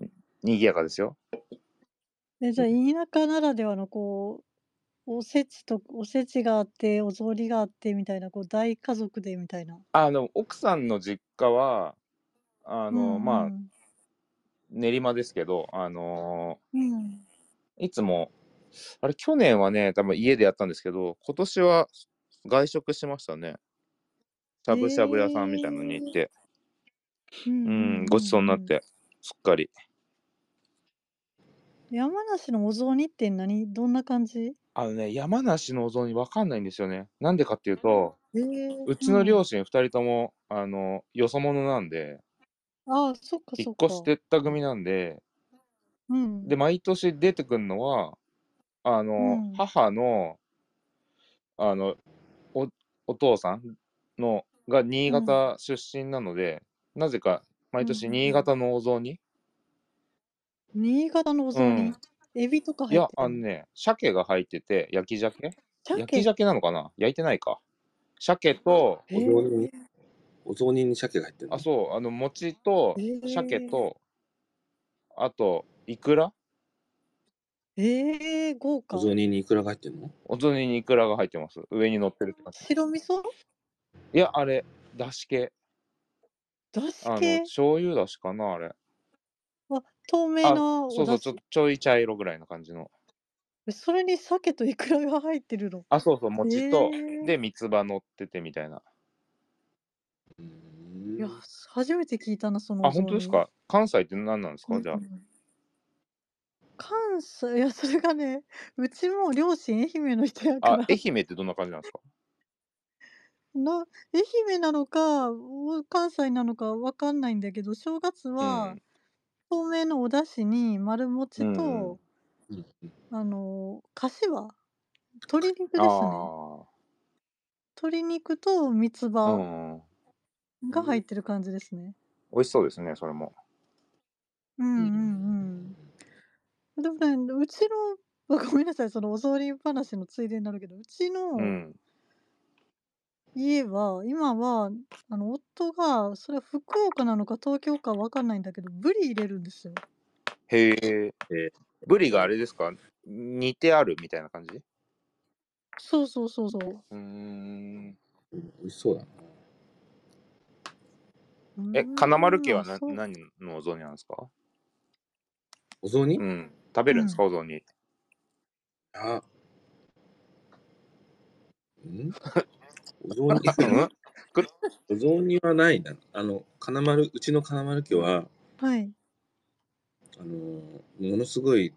A: うん。
B: 賑やかですよ。
A: え、じゃあ、田舎ならではのこう、おせちとおせちがあって、お雑煮があってみたいな、こう大家族でみたいな。
B: あの、奥さんの実家は、あ
A: う
B: の、まあ、
A: んうん。
B: 練馬ですけど、あの
A: うん。
B: いつも、あれ、去年はね、多分家でやったんですけど、今年は外食しましたね。しゃぶしゃぶ屋さんみたいのに行っ
A: ええ。
B: て。
A: うんう
B: うん、
A: ん
B: ごちそうに
A: う
B: なっ
A: んうん。
B: て、すっかり。
A: 山梨のお雑煮って何どんな感じ？
B: あのね、山梨のお雑煮わかんないんですよね。なんでかっていうと、
A: ええ、
B: う
A: う
B: ちの両
A: ん。
B: 親2人とも、あの、よそ者なんで
A: ああ、そっか
B: 引
A: そっ
B: っ越し
A: か。
B: てった組なんで、
A: う
B: で、
A: ん。
B: 毎年出てくんのは、あ
A: う
B: の、
A: ん。
B: 母の、あの、おお父さんのが新
A: うん。
B: 潟出身なので、なぜか
A: う
B: 毎
A: ん
B: 年
A: うんう
B: 新
A: ん。
B: 潟のお雑煮
A: 新潟のお
B: う
A: 雑
B: ん。
A: 煮、エビとか
B: い
A: 入っ
B: や、
A: て
B: あ
A: た
B: の
A: の？
B: ね、鮭が入ってて、焼き鮭焼き
A: 鮭。
B: 鮭なのかな焼いてないか。鮭と、
A: へ
C: お雑煮に、
A: え。
C: お雑煮に鮭が入ってる
B: あ、
C: の
B: そう、あの、餅と、鮭
A: ええ。
B: と、あと、イクラ
A: ええ、豪
C: お
A: 華。
C: 雑煮にいくらが入ってるの
B: お雑煮にイクラが入ってます。上に乗ってるって感じ。
A: 白味噌？
B: いや、あれ、だし系。
A: だし
B: あの、
A: 系？
B: 醤油だしかな、あれ。
A: わ、透明
B: あ、
A: なお
B: そう
A: 出
B: そう、ちょ、
A: 汁？
B: ちょい茶色ぐらいの感じの。
A: え、それに鮭とイクラが入ってるの。
B: あ、そうそう、餅と、
A: ええ。
B: で、三つ葉乗っててみたいな。
C: うー
A: いや、
C: ん。
A: す初めて聞いたな、その
B: あ、
A: お
B: 本
A: 雑
B: 当です
A: 煮。
B: か関西って何なんです
A: う
B: か
A: ん
B: じゃ
A: う
B: あ。
A: ん。関西 (laughs) いや、それがね、うちも両親愛媛の人やか
B: あ、愛
A: ら。
B: 媛ってどんな感じなんですか
A: な愛媛なのか、お関西なのかわかんないんだけど、正月
B: う
A: は
B: ん。
A: 透明のお出汁に丸
B: う
A: 餅
B: んう
A: と、
B: ん。
C: うんうん。
A: あの、かしわ、鶏肉ですね。
B: ああ。
A: 鶏肉と三つ
B: う
A: 葉
B: んうん。
A: が入
C: え
A: っ
C: え。
A: てる感じですね。
B: 美味しそうですね、それも。
A: う
C: うんうんん
A: うんうん。でもね、うちの (laughs) あ、ごめんなさい、そのお雑煮話のついでになるけど、うち
B: う
A: の
B: ん。
A: 家は、今は、あの、夫が、それは福岡なのか東京かわかんないんだけど、ブリ入れるんですよ。
B: へえ。
C: え
B: ブリがあ
C: え。
B: れですか煮てあるみたいな感じ
A: そうそうそうそう。
B: うーん。
C: うん、美味しそうだな。
A: うー
B: え、金丸
A: ん、
B: 家
A: あ、
B: はな
A: そう。
B: 何のお雑煮なんですか
C: お雑煮
B: うん。食べ
A: う
B: るんですか
A: ん。
B: お雑煮。
C: あ、うん。お雑煮、
B: うんく
C: お雑煮はないな。あの、金丸、うちの金丸家は、
A: はい。
C: あの、ものすごい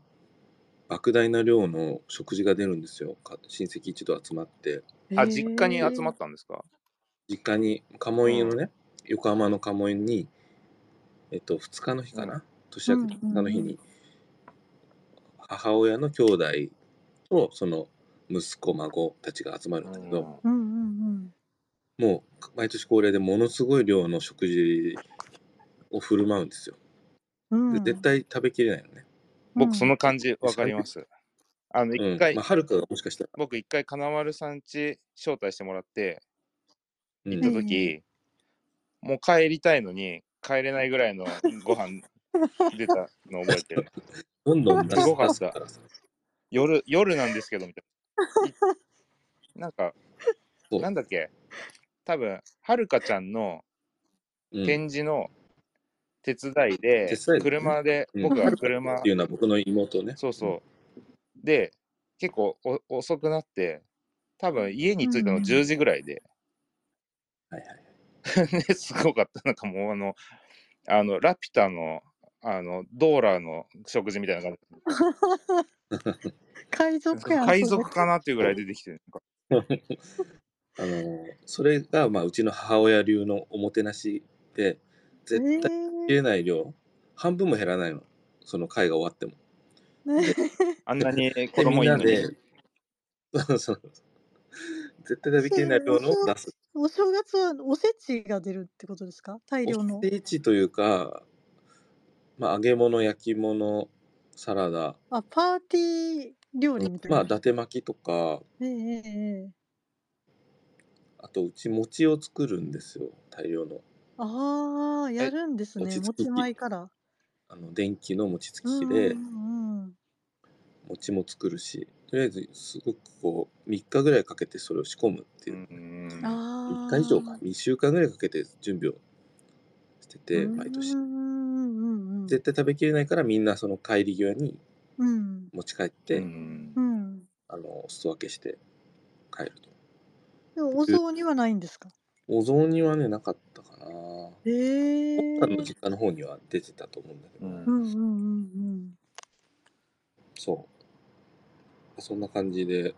C: 莫大な量の食事が出るんですよ。か親戚一同集まって、
B: あ、実家に集
A: え
B: ま
A: え
B: ったんですか
C: 実家に、
B: う
C: 鴨居の
B: ん。
C: ね、横浜の鴨居に、えっと、2日の日
B: う
C: か
B: ん。
C: な年
A: う
C: 明け
A: ん
C: 2
A: う
C: 日の
A: んう
C: 日
A: ん。
C: に、母親の兄弟と、その、息子、孫たちが集まる
B: うん
C: だけど、
B: ん。
A: うんうんうん。
C: もう、毎年恒例でものすごい量の食事を振る舞うんですよ。
A: う
C: で、絶
A: ん。
C: 対食べきれないのね。
A: う
B: 僕、そ
A: ん。
B: の感じ
C: で、
B: わか
C: 3
B: りま
C: 時、
B: す。あの、一
C: うん。
B: 回、
C: まあ、はるかがもしかしたら、
B: 僕一回金丸さん家招待してもらって
C: う
B: 行っ
A: え
B: た
C: ん。
A: え。
B: 時もう帰りたいのに帰れないぐらいのご飯出たの覚えてる
C: どんどん出
B: す
C: し
B: ごか
C: 出
B: っ
C: す
B: た
C: からさ。
B: 夜夜なんですけどみたいない
C: (laughs)
B: なんか
C: そ
B: なん
C: う。
B: だっけ多分はるかちゃんの
C: うん。
B: 展示の手伝いで
C: 手伝いだね。
B: 車で
C: うん。
B: 僕
C: は
B: は
C: るかっ
B: 車
C: ていうのは僕の妹ね。
B: そう
C: うん。
B: そうで結構お遅くなって多分家
A: う
B: に着いた
A: ん
B: の
A: うん。
B: 10時ぐらいで (laughs)
C: はいはい。
B: ねすごかったなんかもうあのあの、ラピュタの、あの、ドーラの食事みたいな感じ。
A: 海
B: なん
A: 賊
B: か
A: やん、
B: 海
A: それ。
B: 賊かなっていうぐ
C: そ。
B: らいう出てきてる。なんか
C: あの、それが、まあ、うちの母親流のおもてなしで、絶対切
A: え
C: れ
A: え。
C: ない量、半分も減らないの。その会が終わっても。 (laughs) で、
B: あんなに子
C: で、みん
B: 供いん
C: な
B: のに。
C: で、そうそう絶対食べ
A: そ
C: きれ
A: れ、
C: ない
A: お
C: 量の
A: 正
C: 出す。
A: (laughs) お正月はおせちが出るってことですか大
C: お
A: 量の。
C: せちというか、まあ、揚げ物、焼き物、サラダ、
A: あ、パーティー料
C: う
A: 理
C: ん
A: みたい
C: まあ、
A: な。
C: 伊達巻きとか、
A: ええええ。ええ
C: あと、うち餅を作るんですよ。大量の。
A: ああ、や
B: え、
A: るんですね。
C: 餅つ
A: 持ち
C: き機。
A: 前から。
C: あの、電気の餅つ
A: う
C: き
A: んう
C: 機で、
A: んうんうん。
C: オチも作るしとりあえずすごくこう3日ぐらいかけてそれを仕込むっていう、
B: うん
A: ああ。
C: 3日以上か2週間ぐらいかけて準備をしてて毎年
A: うんうんうんうん。
C: 絶対食べきれないからみんなその帰り際に
A: うん。
C: 持ち帰って、
B: うん
A: うん。
C: あの裾分けして帰ると
A: でもお雑煮はないんですか。
C: お雑煮はねなかったかな
A: ええー。
C: 奥さんの実家の方には出てたと思うんだけど、
B: うん
A: うんうんうん
C: そうそんな感じで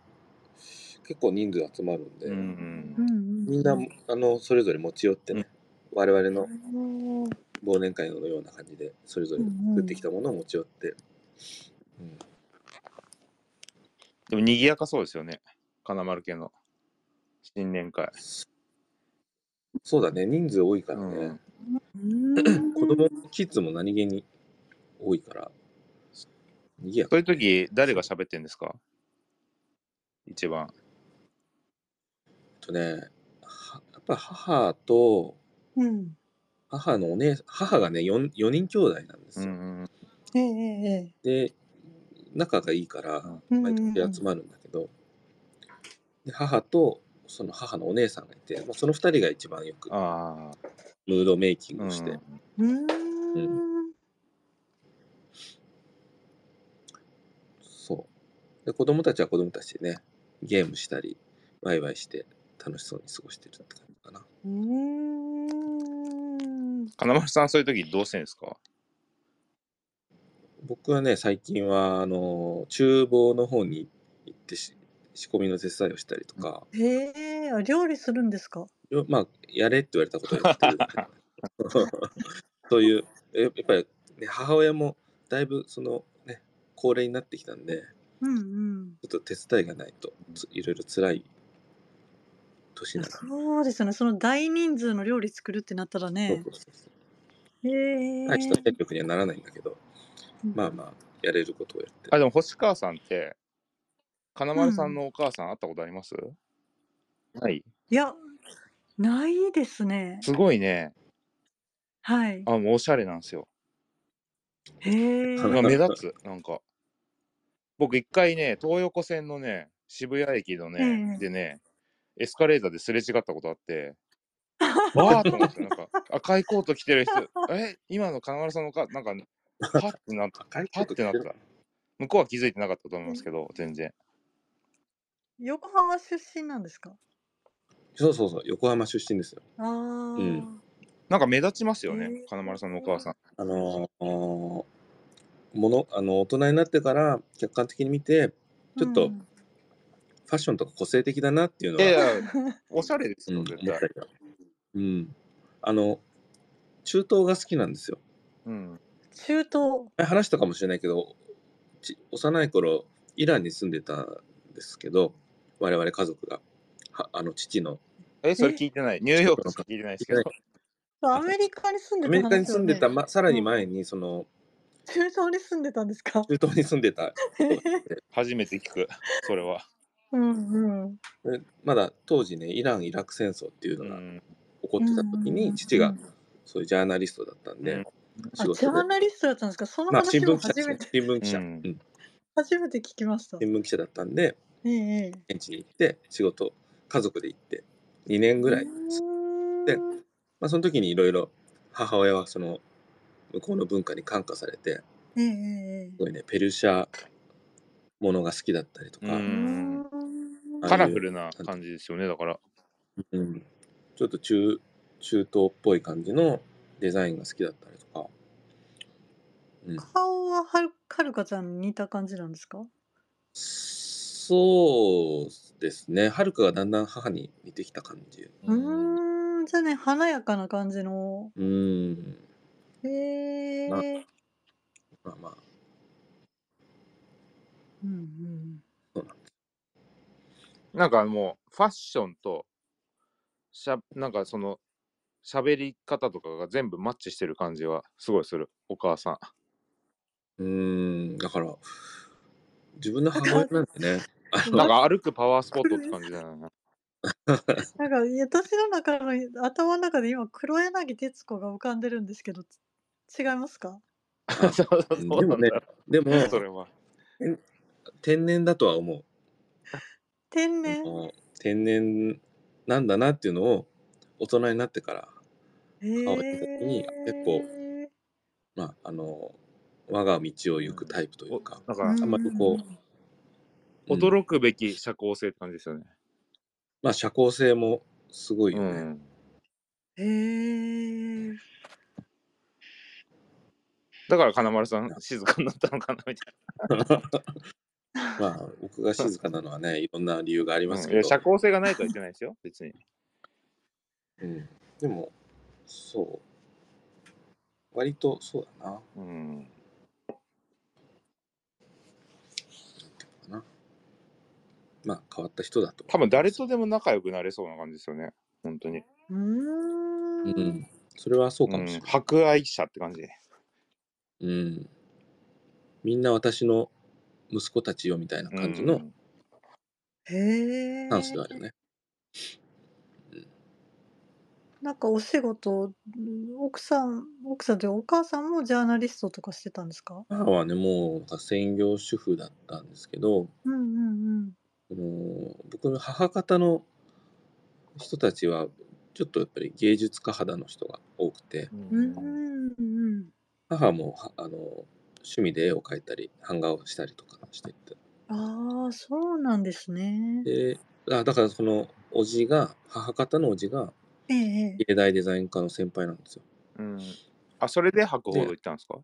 C: 結構人数集まるんで、
B: うん
A: うん。うんうん。
C: みんなあのそれぞれ持ち寄ってね、我々の
A: の。
C: 忘年会のような感じでそれぞれ作ってきたものを持ち寄って、うん
B: でも賑やかそうですよね金丸家の新年会、
C: そうだね人数多いから
B: う
C: ね
B: ん、
A: うん
C: 子供もキッズも何気に多いから賑や
B: そ
C: か
B: ういう時誰が喋ってんですか一番
C: とねはやっぱ母と
A: うん。
C: 母のお姉母がね 4, 四人兄弟なんですよ、
B: ん
A: ええええ。
C: で仲がいいから
A: うん
C: 毎年集まるんだけど、で母とその母のお姉さんがいて、まあ、その2人が一番よくム
B: ああ
C: ードメイキン
B: う
C: グ
B: ん
C: して、
A: うん。
C: そうで子供たちは子供たちでねゲームしたりワイワイして楽しそうに過ごしてるって感じかな
A: うん。
B: 金丸さんそういう時どうしてんですか
C: 僕はね最近はあの厨房の方に行ってし仕込みの手伝いをしたりとか、
A: へえ、あ料理するんですか。
C: よまあやれって言われたことはやってるんだけどそういうえやっぱり、ね、母親もだいぶそのね高齢になってきたんで
A: うんうん。
C: ちょっと手伝いがないとついろいろ辛い年なのそう
A: そうですよね。その大人数の料理作るってなったら
C: そう
A: ね。
C: そうそう
A: へえ。
C: 大した戦力にはならないんだけど、まあまあやれることをやって
B: あでも星川さんって金丸さんのお母さん会ったことあります、はい
A: いや、ないですね。
B: すごいね
A: はい。
B: あもうおしゃれなんですよ
A: へえ。
C: あ
B: うわ目立 (laughs) つなんか僕一回ね東横線のね渋谷駅のね、
A: ええ
B: でねエスカレーターですれ違ったことあってわーっと思ってなんか赤いコート着てる人え今の金丸さんのかなんかパッてなった
C: 赤い
B: パッてなった向こうは気づいてなかったと思いますけど全然
A: 横浜出身なんですか。
C: そうそうそう横浜出身ですよ。
A: ああ。うん
B: なんか目立ちますよね、
A: へえ
B: 金丸さんのお母さん
C: あのーものあの大人になってから客観的に見てちょっとファッションとか個性的だなっていうの
B: い
C: は、
B: やいやおしゃれです
C: うん
B: よ、
C: 思
B: 絶
C: っ
B: 対
C: た、けどうん、あの中東が好きなんですよ
B: うん、
A: (laughs) 中東。
C: 前話したかもしれないけどち幼い頃イランに住んでたんですけど我々家族がはあの父の
B: えそれ聞いてないニューヨークしか聞いてないですけど
A: アメリカに住んで
C: アメ
A: た
C: リカに住んでた、
A: 中
C: ま、さらに前にその
A: 東に住んでたんですか。
C: 中東に住んでた人がいて
B: 初めて聞くそれは、
A: (laughs) うんうん。
C: でまだ当時ねイラン・イラク戦争っていう
B: う
C: のが
B: ん、
C: 起こってた時
A: うんうんうんう
C: に
A: ん
C: 父がそういうジャーナリストだったんで、
B: うん
A: あ、ジ
C: 仕
A: ャ
C: 事
A: ー
C: で。
A: ナリストだったんですか。その
C: まあ、新
A: 話
C: 聞
A: を
C: 記者
A: 初
C: です
A: め
C: ね
A: て、
C: 新聞記者、
B: う
C: うんん
A: 初めて聞きました。
C: 新聞記者だったんで
A: ええ。
C: 現地に行って仕事家族で行って2年ぐら
A: う
C: い、で
A: ーん
C: まあ、その時にいろいろ母親はその向こうの文化に感化されて
A: ええええ
C: すごいねペルシャものが好きだったりとか、
B: う
A: ええ。
B: ん
A: うーん
C: あ
B: カラフルな感じですよねだから
C: うんちょっと中中東っぽい感じのデザインが好きだったりとか、うん、
A: 顔ははるはるかちゃんに似た感じなんですか。
C: そうですねはるかがだんだん母に似てきた感じ
A: うーん、じゃあね、華やかな感じの。
C: うん
A: へえ。
C: な
A: う
C: まあまあ
A: んうん。
B: なんかもうファッションとしゃなんかその喋り方とかが全部マッチしてる感じはすごいするお母さん
C: うーん、だから、自分の母親 (laughs) なんてね、あ
B: なん
C: の、
B: か歩くパワースポットって感じだ
C: (laughs)
B: よね
A: なんか、いや私の中の頭の中で今黒柳徹子が浮かんでるんですけど。違いますか。
B: (laughs) そうそうそう
C: でもね、でも、
B: それは
C: 天然だとは思う。
A: 天然
C: あの天然なんだなっていうのを大人になってから、
A: えー
C: 顔を見た時に結構まあ、あの我が道を行くタイプというか、
B: だから、
C: あんまりこうん
B: 驚くべき社交性って感じですよね。
C: まあ、社交性もすごいよ
B: う
C: ね。
B: ん。
A: うんへえー
B: だから金丸さん静かになったのかなみたい
C: (laughs) まあ、僕が静かなのはね、いろんな理由があり
B: な。
C: ま
B: う
C: す
B: ん
C: け
B: いや
C: ど、
B: 社交性がないとは言ってないですよ、別に。
C: うんでも、そう、割とそうだな。
B: うん。
C: なまあ、変わった人だと。
B: 多分誰とでも仲良くなれそうな感じですよね。本当に。
A: うーん
C: うん、それはそうか
B: う
C: も
B: ん
C: しれない。
B: 博愛者って感じ。
C: うん、みんな私の息子たちよみたいな感じ
B: う
C: の
B: ん
A: へえ
C: ダンスではあるよね。
A: なんかお仕事奥さん奥さんというかお母さんもジャーナリストとかしてたんですか
C: 母はね、もう専業主婦だったんですけど、
A: うんうん
C: あの僕の母方の人たちはちょっとやっぱり芸術家肌の人が多くて
A: うんうんうんうん
C: 母もはあの趣味で絵を描いたり版画をしたりとかしてて
A: ああそうなんですね
C: であだからそのおじが母方のおじが
A: ええ
C: 芸大デザイン科の先輩なんですよ
B: うん。あ、それで博報堂行ったんですか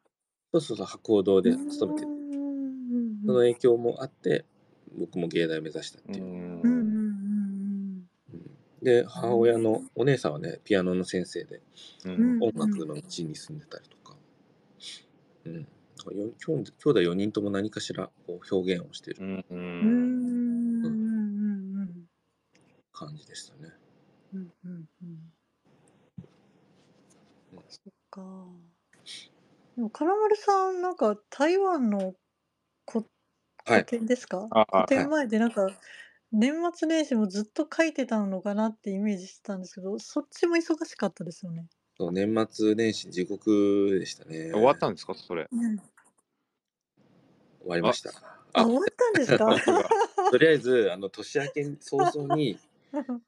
C: そうそうそう博報堂で勤め
A: う
C: てる
A: んうん
C: その影響もあって僕も芸大目指したっていう、
A: うんうん
B: ん。
C: うんで母親のお姉さんはねピアノの先生で
B: うん
C: 音楽のうちに住んでたりとか、うん、だからよ兄兄弟4人とも何かしらこう表現をして
B: う
C: る
B: んう
A: うんうんうん
B: ん。
A: うんうん
C: 感じでしたね。
A: うんうんうんそっかでも金丸さんなんか台湾のこ個
C: はい、
A: 展ですか
B: あ
A: 個
B: あ、
A: 展前でなんか年末年始もずっと書いてたのかなってイメージしてたんですけどそっちも忙しかったですよね。
C: そう年末年始地獄でしたね。
B: 終わったんですかそれ。
A: うん、
C: 終わりました。
A: あ
C: あ
A: 終わったんです
C: (laughs)
A: か
C: とりあえずあの年明け早々に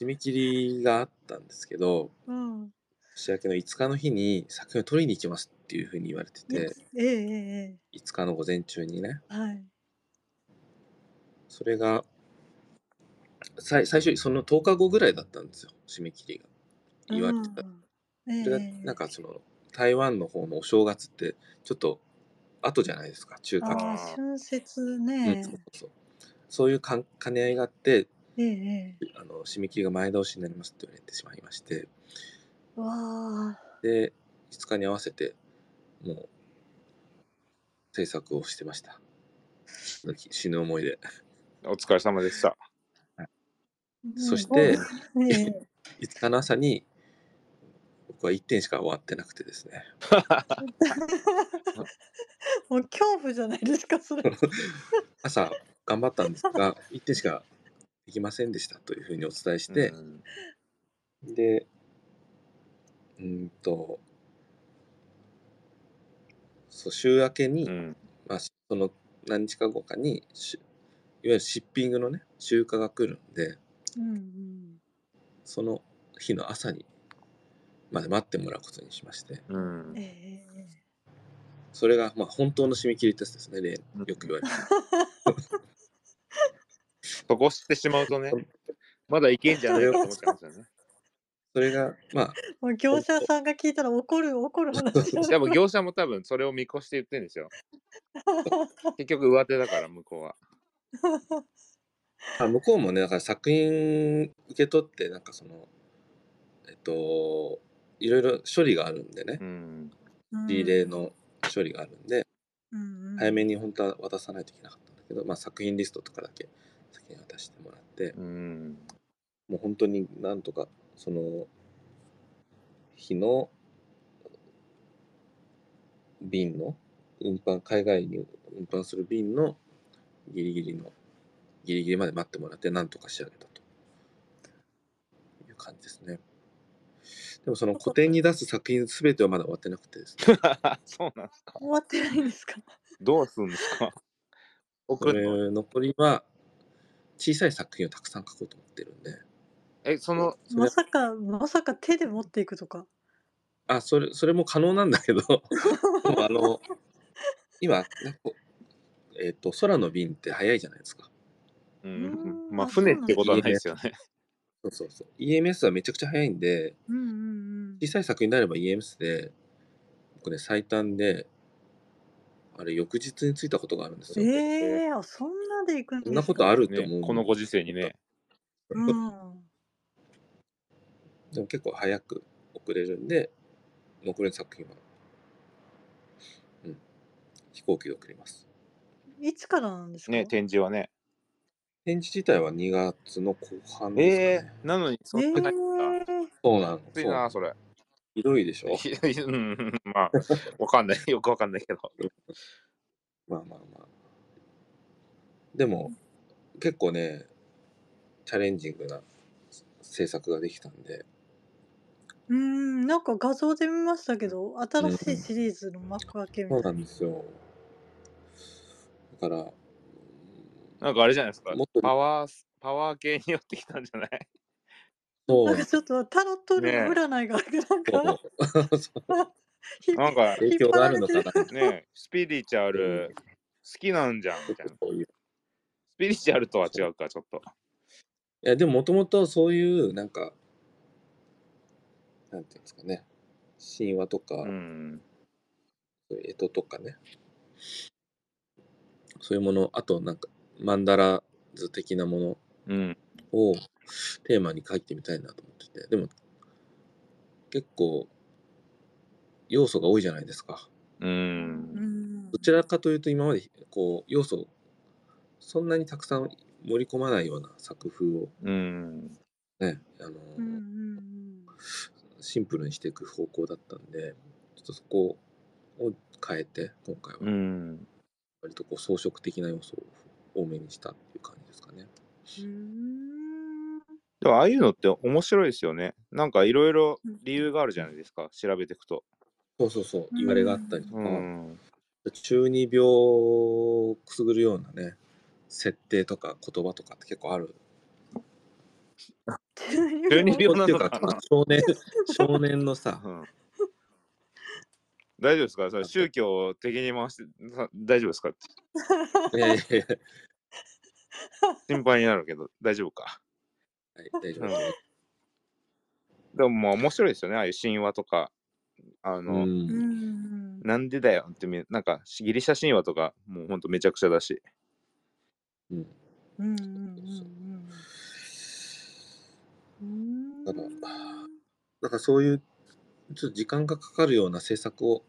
C: 締め切りがあったんですけど
A: (laughs) うん
C: 年明けの5日の日に作品を取りに行きますっていうふうに言われてて
A: えええええ
C: 5日の午前中にね
A: えはい。
C: それがさい最初その10日後ぐらいだったんですよ締め切りが言われてた
A: うんえ
C: それが
A: え
C: なんかその台湾の方のお正月ってちょっと後じゃないですか中華
A: ああ春節
C: うん
A: ね
C: そう、そうそういうかん兼ね合いがあって
A: ええええ
C: あの締め切りが前倒しになりますって言われてしまいまして
A: わあ
C: で5日に合わせてもう制作をしてました死ぬ死ぬ思いで
B: (laughs) お疲れ様でした。
C: そして
A: すごいええ
C: 5日の朝に僕は1点しか終わってなくてですね
A: もう恐怖じゃないですか
C: (laughs)
A: それ。
C: 朝頑張ったんです
B: (laughs)
C: が1点しかできませんでしたというふうにお伝えして、
B: うん
C: で、うーんと、そう週明けに、
B: うん。
C: まあ、その何日か後かに、しいわゆるシッピングのね、集荷が来るんで、
A: うん
C: その日の朝に、まで待ってもらうことにしまして、
A: う
B: う
A: んん、ええええ
C: それが、まあ、本当の締め切りってやつですね、例
B: うん
C: よく言われる。
B: そこしてしまうとね、まだいけんじゃないかと思っちゃうんですよね。
C: それが、まあ、
A: もう業者さんが聞いたら怒る怒る話
C: (laughs)
B: でも業者も多分それを見越して言ってるんですよ。結局上手だから向こうは。
C: あ向こうもね、だから作品受け取って、なんかその、えっと、いろいろ処理があるんでね
B: う、ん。
C: 仕入れの処理があるんで、早め
A: に。
C: に本当は渡さないといけなかったんだけど、まあ、作品リストとかだけ先に渡してもらって
B: うん。 (laughs)
C: もう本当になんとかその日の便の運搬海外に運搬する便のギリギリのギリギリまで待ってもらってなんとか仕上げたという感じですねでもその古典に出す作品全てはまだ終わってな
B: (laughs)
C: くてですね
B: そうなんですか。
A: 終わってないんですか。
B: どうすんですか送
C: こ
B: るの
C: れ残りは小さい作品をたくさん書こうと思ってるんで
B: え、その、
C: (laughs) それ
A: まさか、まさか手で持っていくとか。
C: あそれそれも可能なんだ
A: (laughs)
C: けどでもあの今なんかこうえっ、と空の便って早いじゃないですか
B: う
A: うんん、
B: まあ、
A: あそうな
B: 船っ
A: んだ
B: てことはないですよね。
C: そうそうそう EMS はめちゃくちゃ早いんで
A: うんうんうん。
C: 小さい作品であれば EMS で僕ね最短であれ翌日に着いたことがあるんですよ、
A: ええー、あ、そんなでいくんですか
C: そんなことあるって思う、
B: ねこのご時世にね。
A: うん。
C: でも結構早く送れるんで残りの作品は、うん、飛行機で送ります
A: いつからなんですか
B: ね、展示はね。
C: 展示自体は2月の後半です
B: え
C: か、ね
B: ー、なのに、そ
A: え
B: ん
A: え
B: なにないんだ。
A: ー、
C: そうなの
B: きついな、そ
C: そう
B: れ。
C: ひどいでしょ
B: うん、 (laughs) まあ、わかんない。 (laughs) よくわかんないけど。
C: まあまあまあでも結構ねチャレンジングな制作ができたんで
A: うん、なんか画像で見ましたけど、新しいシリーズの幕開けみたいう
C: そ
A: な。
C: なんですよだから
B: なんかあれじゃないですか
C: もっと。
B: パワー、パワー系に寄ってきたんじゃ (laughs) ない
C: そう
A: なんかちょっとタロット占いが、なんか、
C: そ
B: (laughs)
C: うそう
A: 引っ
B: なんか、
C: 影響があるのか
A: 引っ
C: なそ
B: ね、スピリチュアル、好きなんじゃん、みたいな。
C: ういうい
B: スピリチュアルとは違うか、ちょっと。
C: やでももともとそういうなんかなんていうんですかね神話とか、
B: うん。
C: そういう干支とかねそういうものあとなんかマンダラ図的なもの
B: うん。
C: をテーマに書いてみたいなと思っててでも結構要素が多いじゃないですか
B: う。
A: うんん
C: どちらかというと今までこう要素をそんなにたくさん盛り込まないような作風を
B: うん。
C: ねあの、
A: うんうん
C: シンプルにしていく方向だったんでちょっとそこを変えて今回
B: う
C: は
B: ん。
C: 割とこう装飾的な要素を多めにしたっていう感じですかね。
A: うん。う
B: でも、ああいうのって面白いですよね。なんか、いろいろ理由があるじゃないですか、調べていくと。
C: そうそうそう言われがあったりとか、
B: うん。
C: 中二病をくすぐるようなね設定とか言葉とかって結構ある
A: ーん
B: 中二病
C: っ
B: な
C: て
B: の
C: いうか
B: かな
C: 少年少年の (laughs) さ
B: うん大丈夫ですかそれ宗教を敵に回して、さ大丈夫ですか
C: いやいやいや、
B: 心配になるけど、大丈夫か。
C: はい、大丈夫です
B: でも、まあ、面白いですよね、ああいう神話とか。あ
C: う
B: の、
A: うんん
B: なんでだよってみ、なんか、ギリシャ神話とか、もうほんとめちゃくちゃだし。
C: うん
A: うんうんうんうん。
C: だからだからそういうちょっと時間がかかるような制作を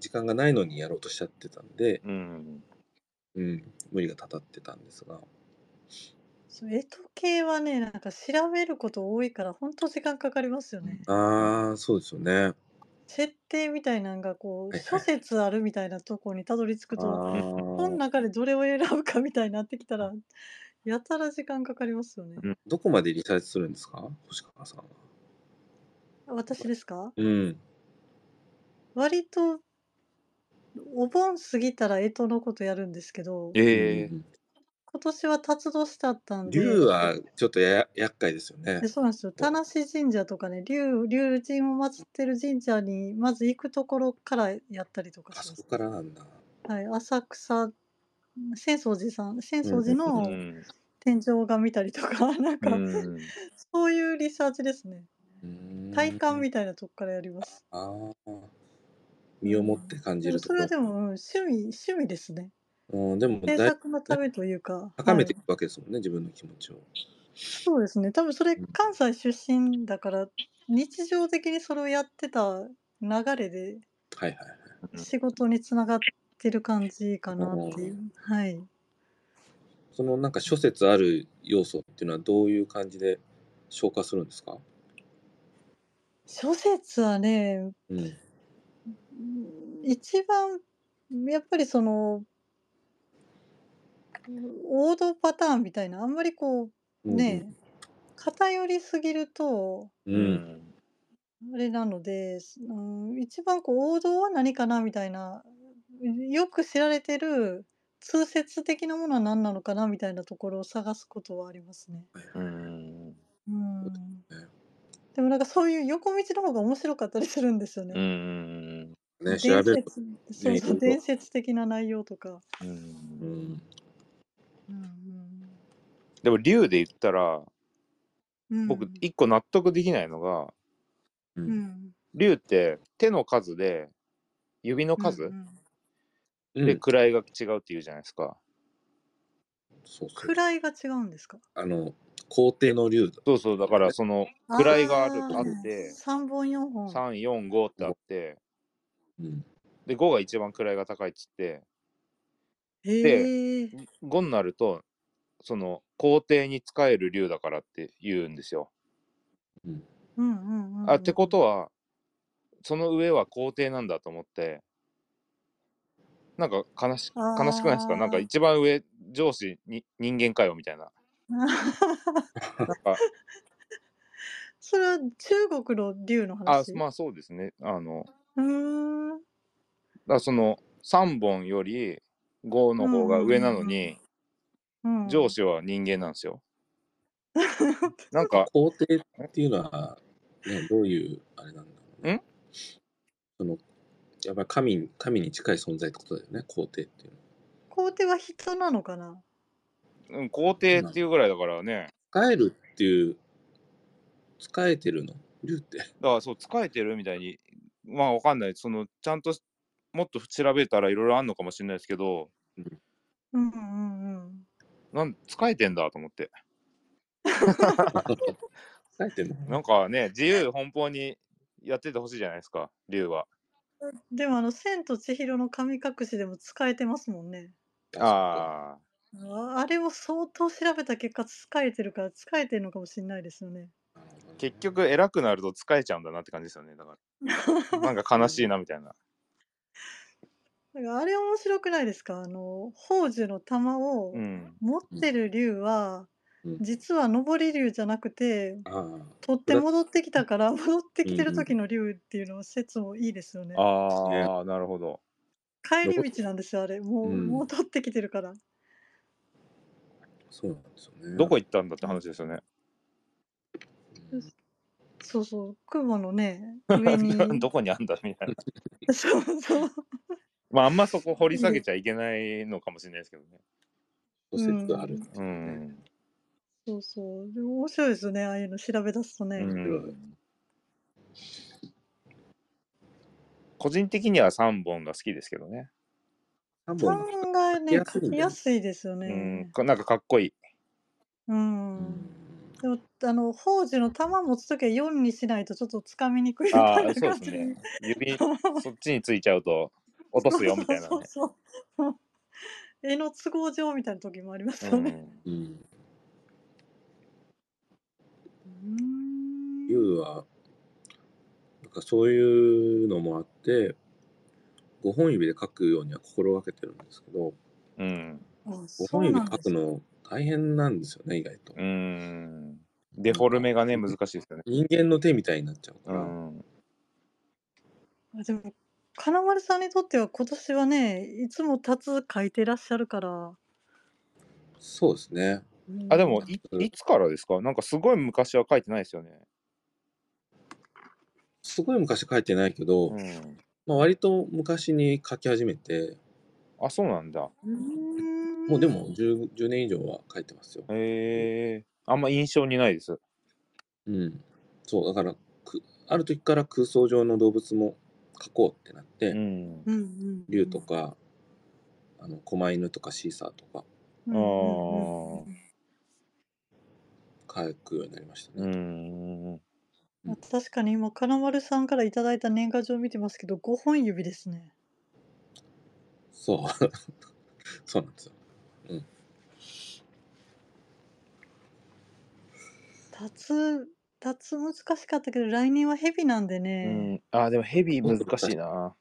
C: 時間がないのにやろうとしちゃってたんで、
B: うん。
C: うん、無理がたたってたんですが
A: そう絵と系はね、なんか調べること多いから、本当時間かかりますよね。
C: ああそうですよね
A: 設定みたいなのが、こう、
C: はいはい
A: 諸説あるみたいなとこにたどり着く
C: あ
A: と、この
C: ー
A: 中でどれを選ぶかみたいになってきたら、やたら時間かかりますよね。
C: どこまでリサーチするんですか星川さんは
A: 私ですか
C: うん
A: 割と、お盆過ぎたら干支のことやるんですけど、
B: ええ
C: うん
A: 今年は辰年だったんで、
C: 竜はちょっとやや厄介ですよね
A: えそうなんですよ。田無神社とかね、竜、竜神を祀ってる神社に、まず行くところからやったりとか
C: あ
A: し
C: そ
A: ま
C: こ
A: す。
C: からなんだ
A: はい、浅草、浅草寺さん、浅草寺
B: う
A: の
B: ん。
A: 天井画見たりとか、 (laughs) なん
B: う
A: か、
B: ん。
A: そういうリサーチですね。
C: うーん
A: 体感みたいなとこからやります。
C: ああ身をもって感じ
A: でも
C: ると
A: そ
C: こ
A: れはでも、うん趣味、趣味ですね。
C: うん、でも
A: 制
C: だい
A: 作のためというか、
C: 高めてい
A: はい、
C: くわけですもんね、自分の気持ちを。
A: そうですね。多分それ
C: うん、
A: 関西出身だから、日常的にそれをやってた流れで、
C: はいはいはい。
B: うん
A: 仕事につながってる感じかなっていう。はい。
C: そのなんか諸説ある要素っていうのはどういう感じで消化するんですか、
A: 諸説はね、
C: うん、
A: うん一番やっぱりその王道パターンみたいなあんまりこうね、偏りすぎると
C: う。
B: うんん。
A: あれなので、うん、一番こう王道は何かなみたいなよく知られてる通説的なものは何なのかなみたいなところを探すことはありますね。
B: うー
A: う
B: ん。
A: ん
C: ね。
A: でもなんかそういう横道の方が面白かったりするんですよ
B: う
A: ね。
B: ーん。
C: ね、調
A: 伝
C: べると。
A: 説そう
C: いろい
A: そ
C: ろ
A: う伝説的な内容とか。
B: う
C: うんん。
A: うん
B: でも、竜で言ったら、
A: うん、
B: 僕、一個納得できないのが、
A: う
C: う。
A: んん
B: 竜って手の数で、指の
A: うん
B: 数
A: うん
C: う
B: で
C: ん。
B: 位が違うって言うじゃないですか。
C: そうそう。
A: 位が違うんですか
C: あの、皇帝の竜だ。
B: そうそう、だからその位がある、あって、
A: 3本4本。
B: 3、4、5ってあって、
C: うん。
B: で、5が一番位が高いっつって、
A: へえ。
B: 5になると、その皇帝に仕える竜だからって言うんですよ。
A: うんうんうんうん
B: あ、ってことは、その上は皇帝なんだと思って、なんか悲し
A: あー
B: 悲しくないですかなんか一番上、上司に人間かよみたいな。なんか、
A: それは中国の竜の
B: あ
A: 話。、
B: まあそうですね。あの、
A: うーん。
B: だからその3本より5の方が上なの
A: うんうんうんう
B: に
A: うん
B: 上司は人間なんですよ。なんか
C: 皇帝っていうのは、ね、どういう、あれなんだろうね
B: ん
C: その、やっぱり神、神に近い存在ってことだよね、皇帝っていうのは。
A: (laughs) 皇帝は人なのかな
B: うん皇帝っていうぐらいだからね
C: 使えるっていう、使えてるの竜って。
B: だからそう疲れてるみたいにまあわかんないそのちゃんともっと調べたらいろいろあんのかもしれないですけど
A: うんうんうん。
B: なん疲れてんだと思って
C: 使えてるの
B: なんかね自由奔放にやっててほしいじゃないですか竜は。
A: でもあの「千と千尋の神隠し」でも使えてますもんね。
B: (laughs) ああ
A: ああれを相当調べた結果使えてるから使えてるのかもしれないですよね。
B: 結局偉くなると疲れちゃうんだなって感じですよねだ (laughs) からなんか悲しいなみたいな。
A: だからあれ面白くないですかあの宝珠の玉を
B: うん
A: 持ってる竜は、
C: うん
A: 実は上り竜じゃなくて
C: ああ、
A: 取って戻ってきたから戻ってきてる時の竜っていうのは説もいいですよね。
B: ああなるほど。
A: 帰り道なんですよあれもう,、
C: うん
A: もう取ってきてるから。
C: そうなんですよね。
B: どこ行ったんだって話ですよね。
A: そうそう雲の
B: (laughs)
A: ね上に
B: どこにあんだみたい
A: (laughs)
B: な。
A: そうそう
B: まあ、あんまそこ掘り下げちゃいけないのかもしれないですけどね。
C: 諸説ある、
B: う。ん。
A: そうそう。でも面白いですよね、ああいうの調べ出すとね。
B: うん個人的には3本が好きですけどね。
C: 多
A: 単
C: 分、
A: がね、
C: 書
A: 書
C: き
A: き
C: や
A: やすいですよ
B: うん
A: ね。。
B: なんかかっ (laughs) こいい。
A: うん。
C: うん
A: でも、あの、宝珠の玉持つときは4にしないとちょっとつかみにくいみ
B: あ
A: たい
B: あ、
A: な
B: そう
A: 感
B: です
A: じ
B: ね
A: に。。
B: 指、 (laughs) そっちについちゃうと落とすよみたいな
A: そう
B: ね。
A: そうそう。絵の都合上みたいな時もあります
B: う
A: よね。
B: ん。
C: うん。
A: うん
C: 竜は、なんかそういうのもあって、五本指で書くようには心がけてるんですけど、
B: うん。
A: あ、
C: 五
A: そ
C: 本
A: う
C: 指
A: な
C: 書
A: んで
C: く
A: すね。
C: の大変なんですよね、意外と。
B: うん。デフォルメがね、難しいですよね。
C: 人間の手みたいになっちゃうか
B: う
C: ら、
B: ん。
A: あでも、金丸さんにとっては今年はね、いつも立つ書いてらっしゃるから。
C: そうですね。
A: うん
B: あ、でもい、いつからですかなんかすごい昔は書いてないですよね。
C: すごい昔書いてないけど、
B: うん。
C: まあ、割と昔に書き始めて、
B: あ、そうなんだ。
A: うん
C: もうでも 10, 10年以上は書いてますよ。
B: へえあんま印象にないです。
C: うん、そうだからくある時から空想上の動物も描こうってなって、
B: うん。
A: うんうん
C: 竜とかあの狛犬とかシーサーとか
A: うんうんうん
C: 描くようになりました
B: う
C: ね。
B: ん。
A: まあ確かに今金丸さんからいただいた年賀状を見てますけど5本指ですね
C: そう (laughs) そうなんですよ。
A: 立つ立つ難しかったけど来年はヘビなんで
B: う
A: ね、
B: ん、あーでもヘビ難しいな。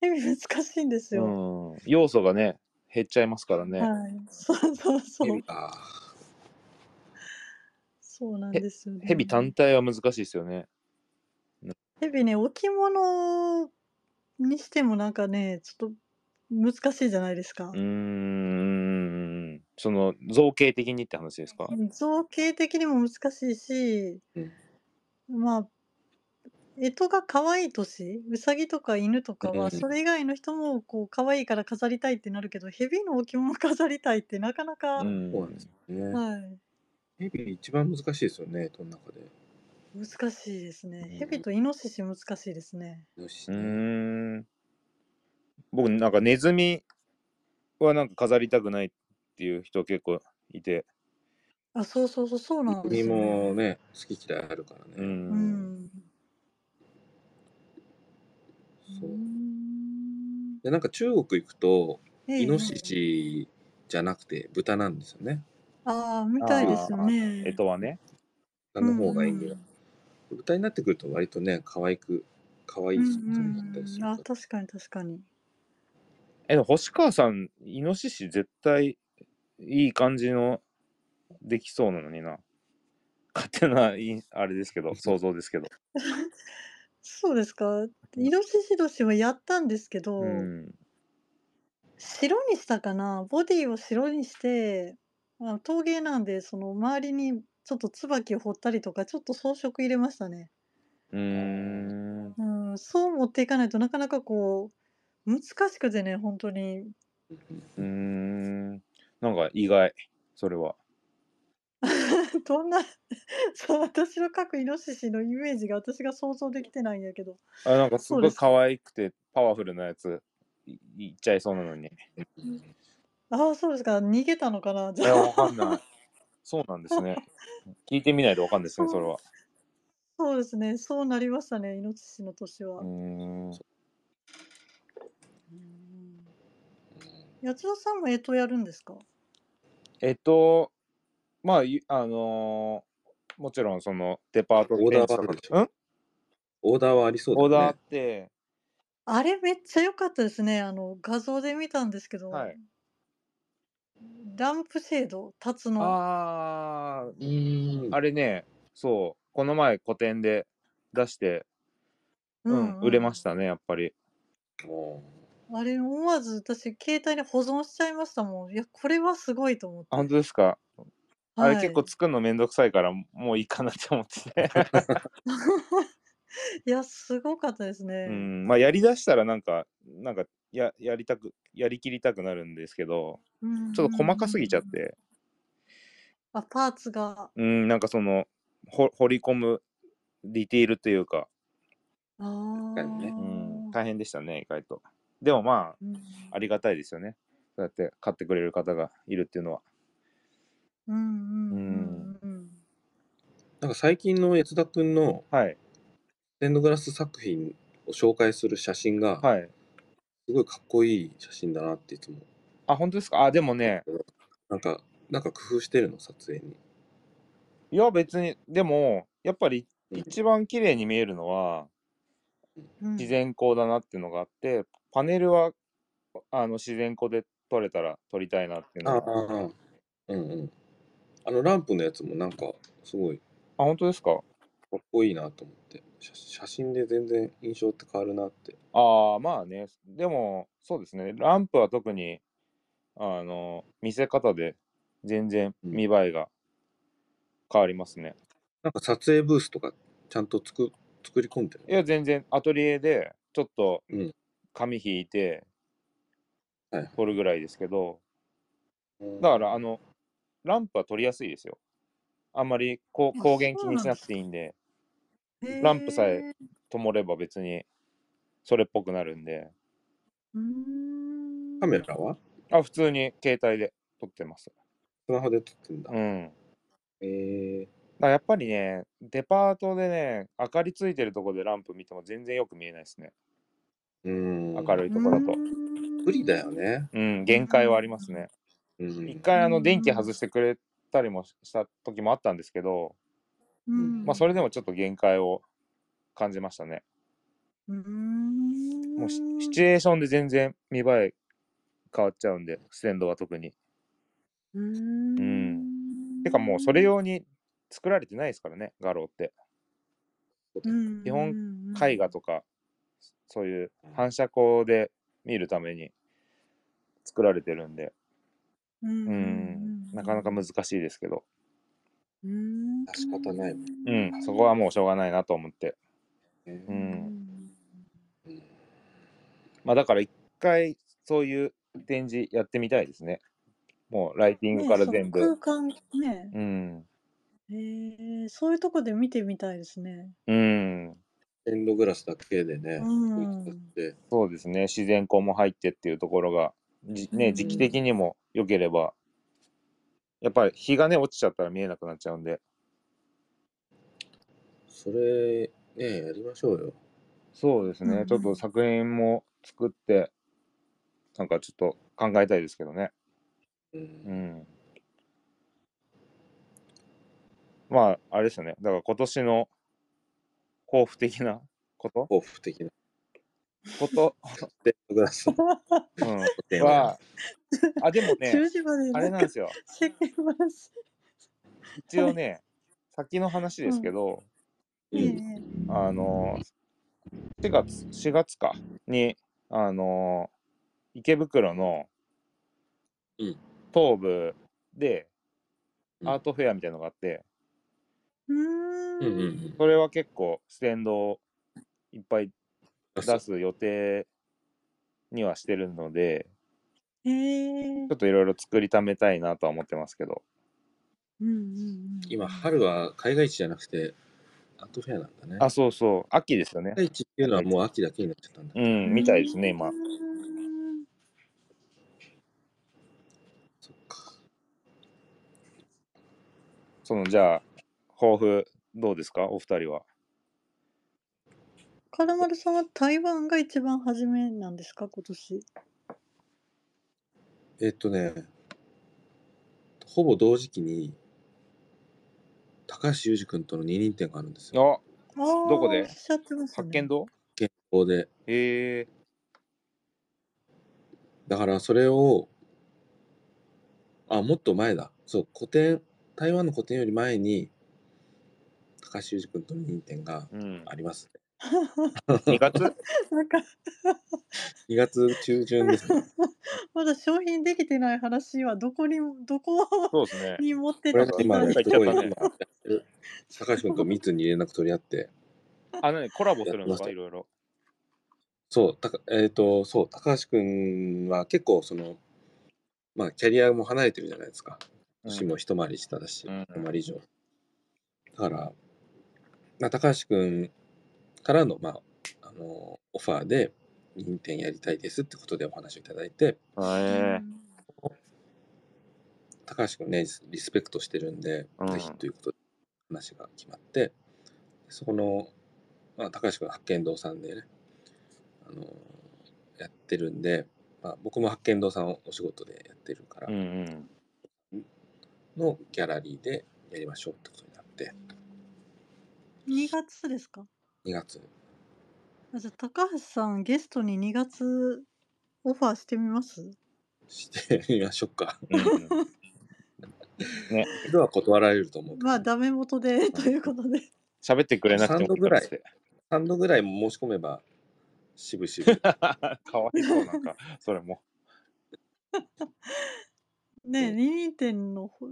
A: ヘビ難しいんです
B: う
A: よ、
B: ん。要素がね、減っちゃいますからね。
A: はいそうそうそ
C: ヘ
A: う
C: ビか。
A: そうなんですよね
B: ヘビ単体は難しいですよね。
A: ヘビね置物にしてもなんかねちょっと難しいじゃないですか
B: う。ーんその造形的にって話ですか
A: 造形的にも難しいし、
C: うん
A: まあ干支が可愛い年うさぎとか犬とか
C: うんう
A: は
C: ん
A: それ以外の人もこう可愛いから飾りたいってなるけど蛇の置物飾りたいってなかなか、
B: うん
C: そうなんですよね。
A: はい、
C: ヘビ一番難しいですよね、この中で。
A: 難しいですね
C: うん
A: 蛇とイノシシ難しいですね。
C: よし
B: うーん僕なんかネズミはなんか飾りたくないっていう人結構いて
A: あそうそうそうそうなんです
C: 君
A: よね。
C: もね、好き嫌いあるからね。
B: う
A: うんん
C: そううんでなんか中国行くと、
A: ええ
C: イノシシじゃなくて豚なんですよね。
A: ああみたいですよね。
B: えとはね
C: 豚の方がいいん
A: う
C: だ
A: ん
C: よ。豚になってくると割とね、可愛く、可愛い
A: うん
C: 存在だったり
A: うん、
C: するから
A: あ確かに確かに。
B: えでも星川さんイノシシ絶対いい感じのできそうなのにな勝手ないんあれですけど想像ですけど
A: そうですか。イノシシ年はやったんですけど、
B: うん
A: 白にしたかな。ボディを白にして、あ陶芸なんで、その周りにちょっと椿を彫ったりとか、ちょっと装飾入れましたね。
B: うーん
A: うん、そう持っていかないとなかなかこう、難しくてね、本当に。 (laughs)
B: うーんなんか意外それは
A: どんな (laughs) そう、私の描くイノシシのイメージが私が想像できてないんやけど。
B: あなんかす
A: そう
B: ご
A: で
B: い
A: す
B: 可愛くてパワフルなやついいっちゃいそうなのに
A: ああ、そうですか。逃げたのかな。じ (laughs)
B: い
A: ゃ
B: や、
A: あ
B: わかんない。そうなんですね。聞いてみないとわかんないですね、それは。
A: そうですね。そうなりましたね。イノシシの年は。
B: うーん。
A: うん
C: うん
A: 八代さんも干支やるんですか
B: えっと、まあ、ゆあのーもちろん、その、デパート
C: オーダーはあ
B: 展
C: る
B: 示
C: で
B: と
C: し
B: か、うん
C: オーダーはありそうだ
B: オ
C: よ
B: ー
C: ね。
B: ダーあって、
A: あれめっちゃ良かったですね。あの画像で見たんですけど、
B: はい
A: ランプシェード、タツノ。
B: あ
C: うーん
B: ー、あれね、そう、この前、個展で出して、
A: う
B: うんん、売れましたね、やっぱり。
C: お
A: あれ思わず私携帯に保存しちゃいましたもん。いやこれはすごいと思って。
B: あ本当ですか、あれ結構
A: はい
B: 作るのめんどくさいから、もういいかなって思ってて。
A: いやすごかったですね。
B: (laughs) うん、まあ、やりだしたら、なんか、なんか、や、やりたく、やりきりたくなるんですけど、
A: うん
B: ちょっと細かすぎちゃっ。て、
A: あパーツが。
B: うん、なんかその、ほ掘り込むディティールというか、
A: ああ。
C: 確かにね
B: うん、大変でしたね、意外と。でもま
A: うん
B: あ、ありがたいですよね。そうやって買ってくれる方がいるっていうのは。
A: うんうんうんうんうん。
C: なんか最近の悦田君の
B: はい、
C: ステンドグラス作品を紹介する写真が、
B: はい。
C: すごいかっこいい写真だなっていつも。
B: あ、本当ですかあ、でもね、
C: なんか、なんか工夫してるの、撮影に。
B: いや別に、でも、やっぱり
C: うん
B: 一番綺麗に見えるのは、
A: うん
B: 自然光だなっていうのがあって、パネルは、あの、自然光で撮れたら撮りたいなっていう
C: あ
B: の
C: あ
B: が。あ、、
C: うんうん。あのランプのやつもなんか、すごいか
B: 本当ですか
C: っこいいなと思って。写写真で全然印象って変わるなって。
B: ああまあねでもそうですねランプは特にあの見せ方で全然
C: うん
B: 見栄えが変わりますね、
C: なんか撮影ブースとか、ちゃんと作作り込んで
B: い
C: る
B: や全然アトリエでちょっと
C: うん
B: 紙引いて
C: はい
B: 撮るぐらいですけど、
C: の。
B: だからあのランプは撮りやすいですよあんまりこう
A: あ
B: 光源
A: そう
B: 気
A: なん
B: にしな
A: で
B: く
A: す
B: ていいんで
A: へ
B: ランプさ
A: ー
B: え灯れば別にそれっぽくなるんで
A: うーん
C: カメラは
B: あ普通に携帯で撮ってます
C: スマホで撮ってんだ。
B: うん
C: えー、
B: だからやっぱりね、デパートでね、明かりついてるとこでランプ見ても全然よく見えないですね。
C: うん。
B: 明るいとこだと。
C: 無理だよね。
B: うん、限界はありますね。
C: う
B: 一
C: ん。
B: 回あ
A: う
B: の
A: ん
B: 電気外してくれたりもした時もあったんですけど、
A: うん
B: まあそれでもちょっと限界を感じましたね。
A: うーん
B: もうシシチュエーションで全然見栄え変わっちゃうんで、ステンドは特に。
A: うーん
B: うんてかもうそれ用に作られてないですからね、画廊って。
A: うん
B: 基本絵画と
A: か
B: か、そういう反射光で見るために作られてるんで、
A: うんうん
B: う
A: うんん、
B: なかなか難しいですけど、
A: うーん
C: 仕方ないもん
B: うん、そこはもうしょうがないなと思って、
C: ね
B: う。、
A: うんん
C: うん
B: まあだから一回そういう展示やってみたいですね。もうライティング
A: ね
B: から
A: そ
B: 全
A: の
B: 部、
A: 空間ね、
B: うん、
A: えーそういうとこで見てみたいですね。
B: うん、
C: エンドグラスだけでね、
A: うん
C: こうやって
B: そうですね。自然光も入ってっていうところが、じ
A: う
B: ね、
A: ん
B: 時期的にも良ければ、やっぱり日がね、落ちちゃったら見えなくなっちゃうんで、
C: それねやりましょうよ。
B: そうです
A: うんう
B: ね
A: ん。
B: ちょっと作品も作って、なんかちょっと考えたいですけどね。
C: うん
B: うん。まあ、あれですよね。だから今年の抱負的なこと
C: 抱負的な
B: こと、
C: エンドグラスの
A: (laughs)
B: うん、
C: 点は
B: (laughs) は、あ、でもね
A: 10、時まで
B: あれなん
A: か
B: ですよ。
A: 世間話。
B: 一応ね、先の話ですけど、
C: うん
A: ね
B: あの、4月、4月かに、あの、池袋の
C: うん
B: 東部で
C: うん
B: アートフェアみたいなのがあって、
A: えう
C: うんうんう
A: ーん。
C: ん
B: それは結構ステンドをいっぱい出す予定にはしてるので、
A: えー
B: ちょっといろいろ作りためたいなとは思ってますけど、
A: うんうんうん
C: 今春は海外地じゃなくてアートフェアなんだね。
B: あ、そうそう、秋ですよね
C: 海。外地っていうのはもう秋だけになっちゃったんだ。
B: うん、みたいですね、今
A: う。ん
C: そっか。
B: その、じゃあ、抱負、どうですか、お二人は。
A: カラマルさんは台湾が一番初めなんですか今年。
C: えっとね、ほぼ同時期に高橋裕二君との二人展があるんですよ。
B: あ、
A: あー
B: どこで
A: おっしゃってました
B: 発
A: ね。
B: 見堂
C: 健康で。
B: へえ
C: だからそれを、あ、もっと前だ。そう、古典、台湾の古典より前に、高橋裕二君との認定が
B: うん
C: あります。
B: 2月
A: なんか
C: 2月中旬です、ね。
A: (laughs) まだ商品できてない話はどこにもどこ
B: (laughs) そうですね。
A: に持って
C: こ
A: た
C: れ
A: の
C: が
A: か
C: 今
B: (laughs) な
C: ね、
B: んか言っちゃった
C: すごい今
B: ね
C: やってる。高橋君と密に連絡取り合って、
B: あ、なにコラボするんです
C: やってまし
B: か
C: た
B: いろいろ。
C: そう、たかえっ、と、そう、高橋君は結構その、まあ、キャリアも離れてるじゃないですか。
B: うん
C: 年も一回り下だし、
B: うん
C: 一回り以上。だから、まあ、高橋君からの、まあ、あのオファーで、認定やりたいですってことでお話をいただいて、
B: へえ
C: 高橋君ね、リスペクトしてるんで、
B: うん
C: ぜひということで話が決まって、そこの、まあ、高橋君は八犬堂さんでね、あのやってるんで、まあ、僕も八犬堂さんをお仕事でやってるから、
B: うんうん。
C: のギャラリーでやりましょうってことになって、
A: 2月ですか
C: 2月。
A: あじゃあ高橋さんゲストに2月オファーしてみます
C: して (laughs) みましょうか。
B: うんうん
C: 一度は断られると思うけど。
A: まあダメ元でという
C: (laughs)
A: ことで
B: 喋ってくれなくて
C: 3
B: も
C: 度
B: いいか
C: ぐ
B: ら
C: ら
B: っ
C: い
B: て。
C: 3度ぐらい申し込めば、しぶしぶ。
B: (laughs) かわいそうなんか、それも。
A: ね
C: う
A: え
C: ん
A: 二人展のほ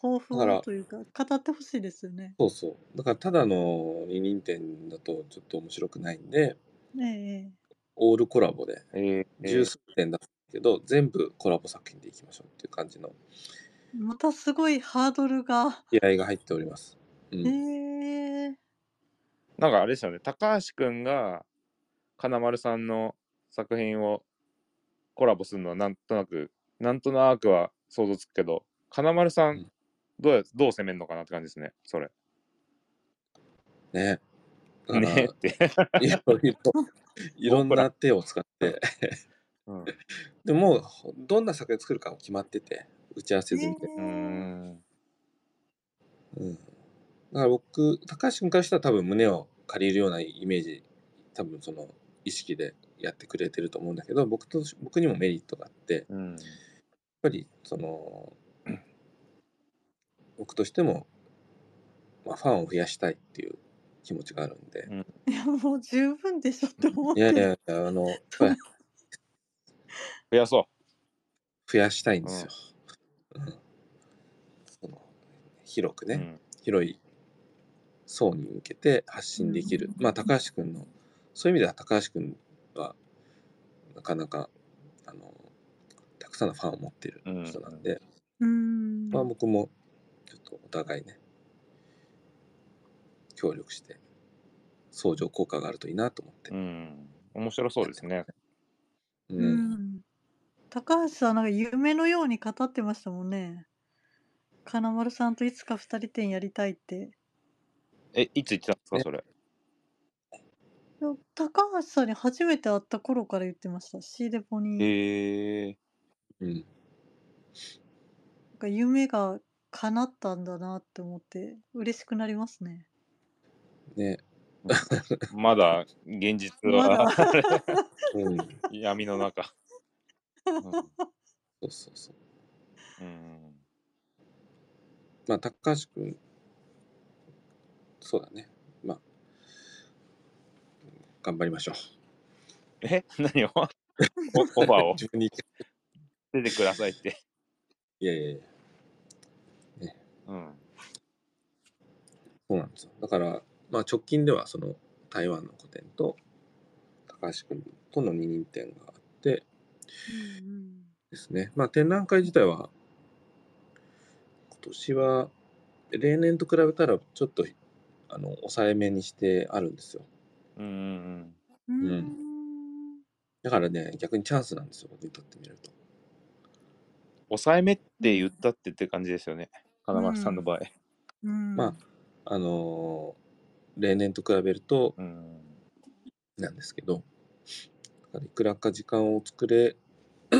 A: 抱負
C: だか
A: を
C: ら
A: というか語ってほしいですよね。
C: そうそう。だから、ただの二人展だとちょっと面白くないんで、
A: ね
C: オールコラボで、
B: ええ
C: 十数点だったけど、全部コラボ作品でいきましょうっていう感じの
A: ええまたすごいハードルが。
C: 気合が入っております。うん。
A: ええ
B: なんかあれですよね。高橋くんが、金丸さんの作品をコラボするのはなんとなく、なんとなくは想像つくけど、金丸さ
C: うん
B: ん、どうや、どう攻めるのかなって感じですね。それ。
C: ね。だから、
B: ねって。
C: (laughs) いろいろ、いろんな手を使って、
B: うん。
C: でも、どんな作品作るかも決まってて、打ち合わせ済みで。
B: うーん。
C: うん。だから僕、高橋君からしたら多分胸を借りるようなイメージ、多分その意識でやってくれてると思うんだけど、僕とし、僕にもメリットがあって、
B: うん。
C: やっぱりその僕としても、まあ、ファンを増やしたいっていう気持ちがあるんで、
A: いやもう十分でしょって思っ
C: い
A: て
C: やいやいやあのやっぱり
B: 増やそ
C: 増やしたいんですよ。うんその広くね、
B: うん
C: 広い層に向けて発信できる、
A: うん
C: まあ高橋君のそういう意味では高橋君はなかなかあのたくさんのファンを持っている人なんで、
A: うん。
C: まあ僕もちょっとお互いね協力して相乗効果があるといいなと思って
B: う、ん。面白そうですね。
C: う
A: うんん。高橋さん、なんか夢のように語ってましたもんね。金丸さんといつか二人展やりたいって。
B: え、いつ行ってたんですか、それ。
A: でも高橋さんに初めて会った頃から言ってました。シーデポに。
B: へえ。
C: うん
A: なんか夢が叶ったんだなって思って嬉しくなりますね。
C: ね
B: まだ現実
A: まだ
B: は
C: (laughs) うん、そう
B: (laughs) 闇の中。
C: そうそう
B: うんうん
C: まあ高橋君そうだねまあ頑張りましょう
B: え、何を (laughs) おオファーを
C: (laughs) 自分に
B: 出てくださいって。
C: いやいやいや
B: うん。
C: そうなんですよだから、まあ、直近ではその台湾の個展と高橋君との二人展があってですね、まあ、展覧会自体は今年は例年と比べたらちょっとあの抑えめにしてあるんですよ
B: うんうん
A: うんうん
C: うだからね逆にチャンスなんですよ僕にとってみると
B: 抑えめって言ったってって感じですよね。金丸さんの場合。
A: うん
C: まあのー例年と比べると
B: うん。
C: なんですけどだからいくらか時間を作れ (coughs)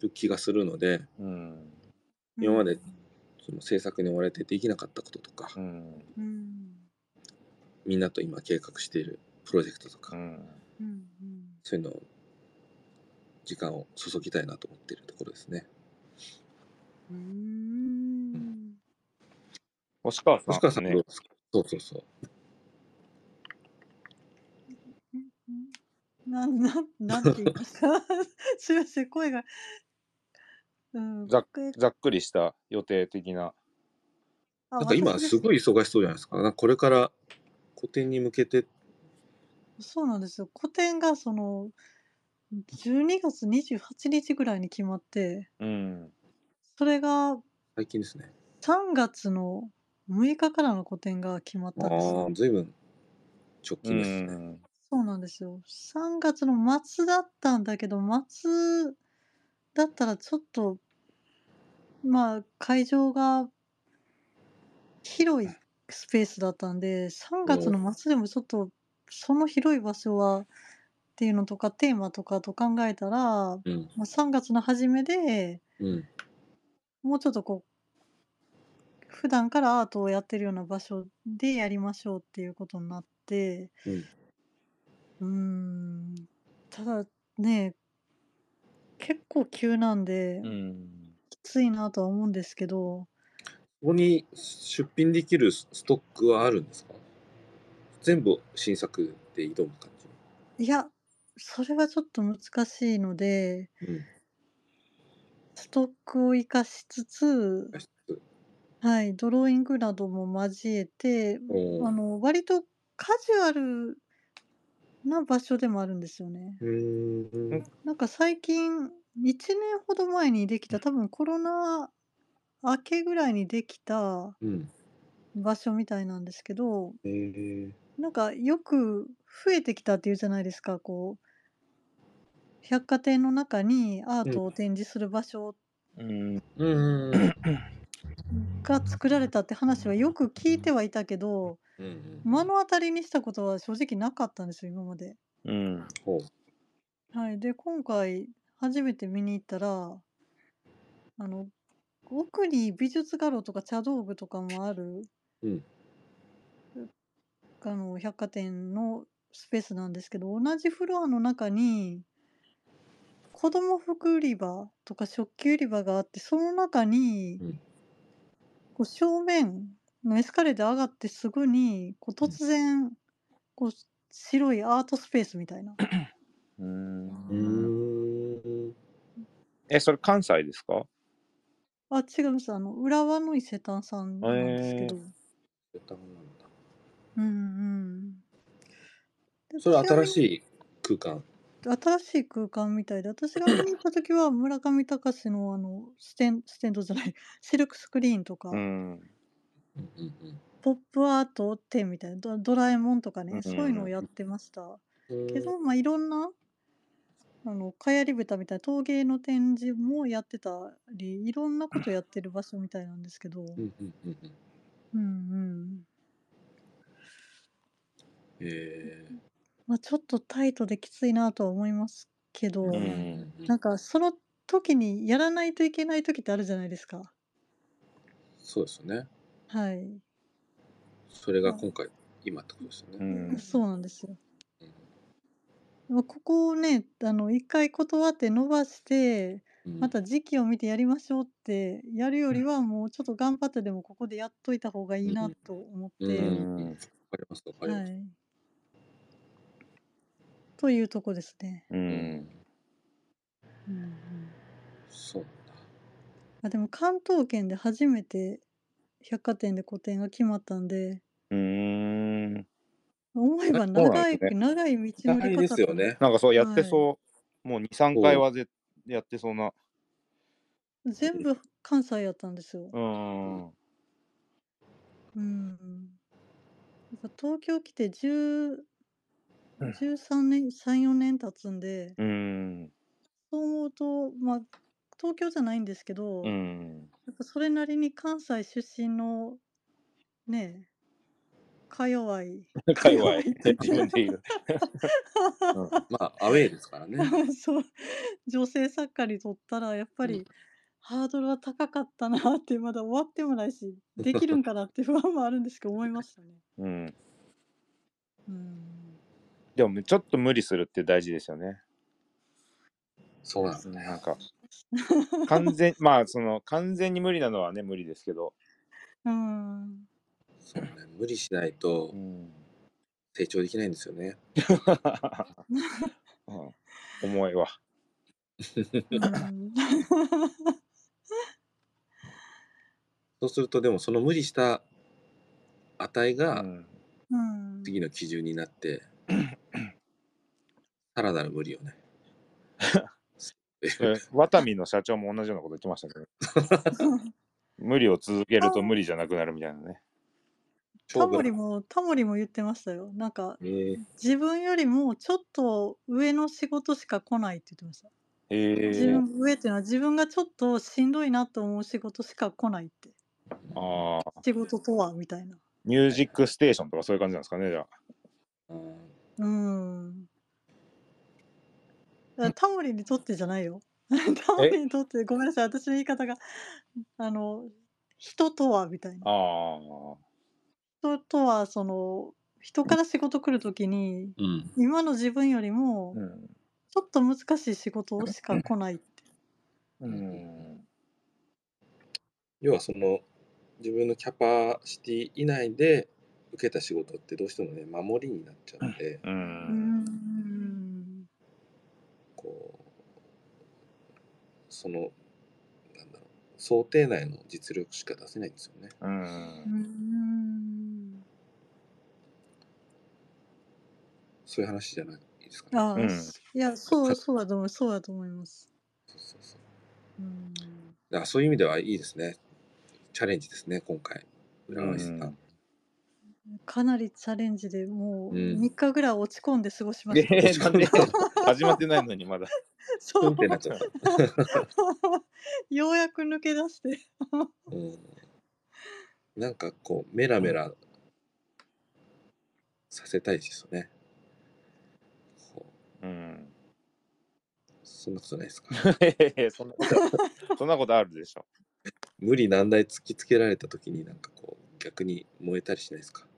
C: る気がするので
B: うん。
C: 今までその制作に追われてできなかったこととか、
B: うん。
A: うん
C: みんなと今計画しているプロジェクトとか、
B: うん。
A: うんうん
C: そういうのを時間を注ぎたいなと思っているところですね。
A: うん
B: 星川さん。
C: 星川さんどう
B: ね。
C: ですか、そうそうそう。
A: なんなんなんて言いました (laughs) すいません声が、うん、
B: ざ
A: 声が
B: ざっくりした予定的な。
A: あ
C: なんか今
A: 私です
C: ごい忙しそうじゃないですか。なんかこれから個展に向けて、
A: そうなんですよ個展がその12月28日ぐらいに決まって
B: うん。
A: それが
C: 最近ですね。
A: 3月の6日からの個展が決まっ
C: ああ
A: たんですよ
C: ー、ずいぶん直
B: う
C: 近ですね。
B: ん。
A: そうなんですよ。3月の末だったんだけど、末だったらちょっと、まあ、会場が広いスペースだったんで、3月の末でもちょっと、その広い場所はっていうのとか、テーマとかと考えたら、ま
C: うん、
A: あ、3月の初めで
C: うん、
A: もうちょっとこう、普段からアートをやってるような場所でやりましょうっていうことになって、
C: うん。
A: うーんただね結構急なんで
B: うん。
A: きついなとは思うんですけど
C: ここに出品できるスストックはあるんですか全部新作で挑む感
A: いやそれはちょっと難しいので
C: じ。うん。
A: ストックを生かしつつ、
C: 画質
A: はい、ドローイングなども交えて
C: おー
A: あの割とカジュアルな場所でもあるんですよね。
C: うーん。
A: なんか最近1年ほど前にできた多分コロナ明けぐらいにできた
C: うん。
A: 場所みたいなんですけど
C: えー、
A: なんかよく増えてきたっていうじゃないですかこう百貨店の中にアートを展示する場所
B: うん。
C: うんうん
A: が作られたって話はよく聞いてはいたけど
C: うん。
A: 目の当たりにしたことは正直なかったんですよ今まで。
B: うん。
C: ほう。
A: はい、で今回初めて見に行ったらあの奥に美術画廊とか茶道具とかもある、
C: うん
A: あの百貨店のスペースなんですけど同じフロアの中に子供服売り場とか食器売り場があってその中に、
C: うん
A: こう正面のエスカレーター上がってすぐにこう
C: うん
A: 突然、こう白いアートスペースみたいな。
B: うん。
C: うーん
B: え、それ関西ですか
A: あ、違います。あの、浦和の伊勢丹さんなんですけど。
C: ベタなんだ
A: うんうん。で
C: そ
A: ち
C: れ
A: なみ
C: 新
A: に
C: しい空間。
A: 新しい空間みたいで私が見に行った時
B: (coughs)
A: は村上隆のあのステンステンドじゃない (laughs) シルクスクリーンとか、
B: うん。
C: うんうんうん
A: ポップアート展みたいなドドラえもんとかね、
B: うん
A: そういうのをやってました
C: うん
A: けど、まあ、いろんなあのかやり豚みたいな陶芸の展示もやってたりいろんなことやってる場所みたいなんですけど、
C: うんうんうんうん
A: うんうん
C: え
A: まあ、ちょっとタイトできついなとは思いますけど、
C: ー
B: ん
A: なんかその時にやらないといけない時ってあるじゃないですか。
C: そうですよね。
A: はい、
C: それが今回、今ってことですよ
B: う
C: ね。
B: ん。
A: そうなんですよ。
C: うん
A: まあここをねあの一回断って伸ばして
C: うん
A: また時期を見てやりましょうってやるよりはもうちょっと頑張ってでもここでやっといた方がいいなと思って、
C: うん
B: うん
C: わかりますわかり
A: は
C: ます。
A: い。というとこですね。
B: うん。
A: うんうん
C: そうなんだ。
A: あでも関東圏で初めて百貨店で個展が決まったんで
B: うん。
A: 思えば
B: あそうなん
A: 長い、
B: ですね
A: 長い道の
C: 長
A: り
C: い
A: 方
C: ですよ
A: かな
C: ね。
B: なんかそうやってそう。もう2、3回はぜやってそうな。
A: 全部関西やったんですよ。
B: うん。
A: うん。なんか東京来て10
B: うん
A: 13年、3、4年経つんで、
B: うん。
A: そう思うと、まあ、東京じゃないんですけど、
B: う
A: や
B: ん。
A: っぱそれなりに関西出身の、ねえ、か弱い。 (laughs)
B: 界隈。
A: って言
B: 自
A: って
B: 分で言う。うん
C: まあ、アウェーですか
A: (laughs)
C: らね。
A: そう、女性作家にとったら、やっぱり、
C: うん
A: ハードルは高かったなって、まだ終わってもないし、できるんかなって不安もあるんですけど、思いましたね。
B: うん。
A: うん
B: でもちょっと無理するって大事ですよね。
C: そうなんですね。
B: なんか完全まあその完全に無理なのはね無理ですけど。
A: うん
C: そうね。無理しないと
B: うん。
C: 成長できないんですよね。
B: うん重いわ。
A: うん
C: そうすると、でもその無理した値
B: う
C: が
B: ん。
A: うん
C: 次の基準に
B: (laughs)
C: なって、さらなる無理をね。 (laughs)
B: えワタミの社長も同じようなこと言ってましたけど、無理を続けると無理じゃなくなるみたいなね。
A: タ
C: 勝負
A: モリ
C: な
A: もタモリも言ってましたよなんか
C: えー
A: 自分よりもちょっと上の仕事しか来ないって言ってました、
B: へ
A: 自
B: え。
A: 分上っていうのは自分がちょっとしんどいなと思う仕事しか来ないって
B: ああ、
A: 仕事とはみたいな
B: ミュージックステーションとかそういう感じなんですかねじゃあ。
C: うん
A: うんだからタモリにとってじゃないよタモリにとってごめんなさい私の言い方があの人とはみたいな
B: あ
A: 人とはその人から仕事来るときに
C: うん。
A: 今の自分よりも
B: あ。うん。
A: ちょっと難しい仕事しか来ないって。
B: うん。
C: 要はその自分のキャパシティ以内で受けた仕事ってどうしてもね守りになっちゃって、
A: う
B: う
A: ー
B: ん。
A: ん
C: こうそのなんだろう想定内の実力しか出せないんですよね。
B: う
A: うー
B: ん。
A: ん
C: そういう話じゃないですかね。
A: ああ、
B: うん
A: いやそうそうだと思うそうだと思います。
C: そうそうそう
A: うーん
C: だからそういう意味ではいいですね。チャレンジですね今回。浦和さん。
B: うん
A: かなりチャレンジでもう
C: うん
A: 3日ぐらい落ち込んで過ごしま
B: (laughs) え (laughs)
A: した。
B: ー、なんで始まってないのにまだ。
A: そう
C: みたいになっちゃった。
A: ようや (laughs) く抜け出して。 (laughs)
C: うん、なんかこうメラメラさせたいですよね。こう
B: うん。
C: そんなことないですか
B: (laughs) そんなこと、そんなことあるでしょ。
C: 無理難題突きつけられた時になんかこう逆に燃えたりしないですか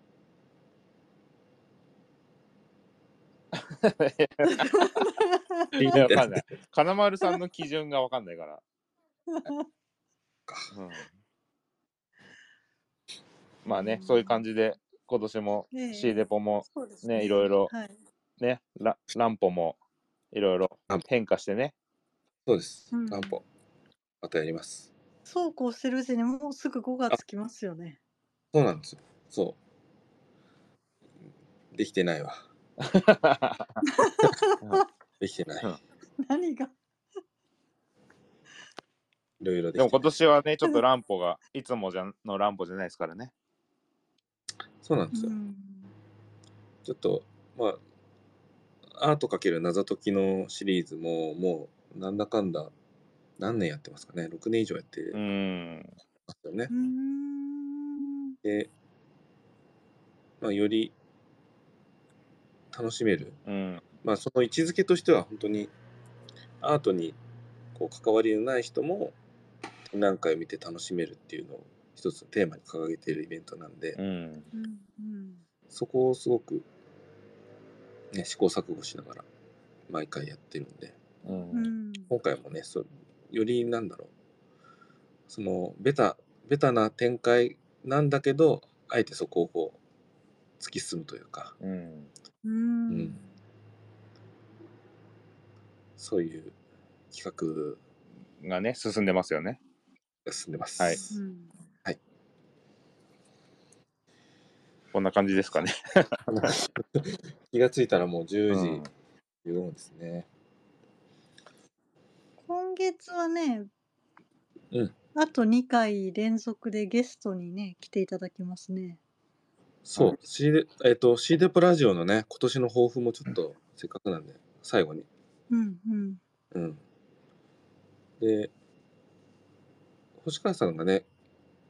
B: (laughs) いや、わかんない。金丸さんの基準がわかんないから。うんまあね、そういう感じで、今年も
A: ねえ
B: C デポも
A: そうです
B: ね、いろいろ
A: はい
B: ね、ラランポもいろいろ変化してね、
C: そうです。
A: うん
C: 安保。またやります。
A: そうこうしてるうちにもうすぐ5月来ますよね。 (laughs)
C: そうなんですよ。そう。できてないわ。できてない。
A: 何が
C: いろいろで
B: でも今
C: きてない。
B: 年はね、ちょっと乱歩が、いつもじゃの乱歩じゃないですからね。
C: そうなんです
A: う
C: よ。
A: ん
C: ちょっと、まあ、アートかける謎解きのシリーズも、もう、なんだかんだ、何年やってますかね。6年以上やって
B: う
C: ま
B: ん。
C: すよね。
A: うーん
C: で、まあ、より楽しめる。
B: うん。
C: まあ、その位置づけとしては、本当に、アートにこう関わりのない人も、何回見て楽しめるっていうのを、一つのテーマに掲げているイベントなんで、
B: うん。
A: うんうん
C: そこをすごく、ね、試行錯誤しながら毎回やってるんで
B: う。
A: うんん
C: 今回もねそよりなんだろうそのベタベタな展開なんだけどあえてそこをこう突き進むというか、
B: うん。
A: う
C: うんん、そういう企画
B: がね、進んでますよね。
C: が進んでます。
B: はい
A: うん
B: こんな感じですかね。
C: (laughs) 気がついたらもう
B: うん
C: 10時15分ですね。
A: 今月はね、
C: うん
A: あと2回連続でゲストにね来ていただきますね。
C: そう、
B: は
C: C でえっ、と C デポラジオのね今年の抱負もちょっとせっかくなんで最後に
A: うんうん
C: うん。で、星川さんがね、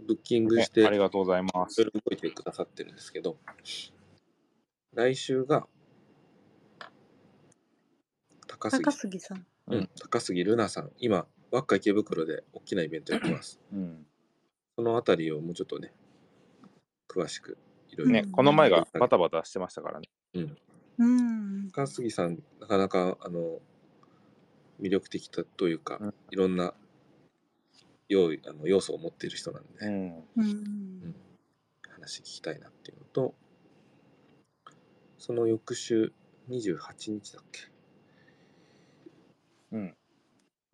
C: ブッキングして、
B: ねありがとうございます。
C: それ動いてくださってるんですけど、来週が、高杉
A: 高、杉さん。
C: うん、高杉ルナさん、今、ワッカ池袋で大きなイベントやってます。
B: うん。
C: そのあたりをもうちょっとね、詳しく、いろいろ。
B: ね
A: うん、
B: この前がバタバタしてましたからね。
A: うん。
C: 高杉さん、なかなか、あの、魅力的だというか
B: うん、
C: いろんな要あの要素を持っている人なんで、
B: うん。
A: うんうん
C: 話聞きたいなっていうのとその翌週28日だっけ
B: うん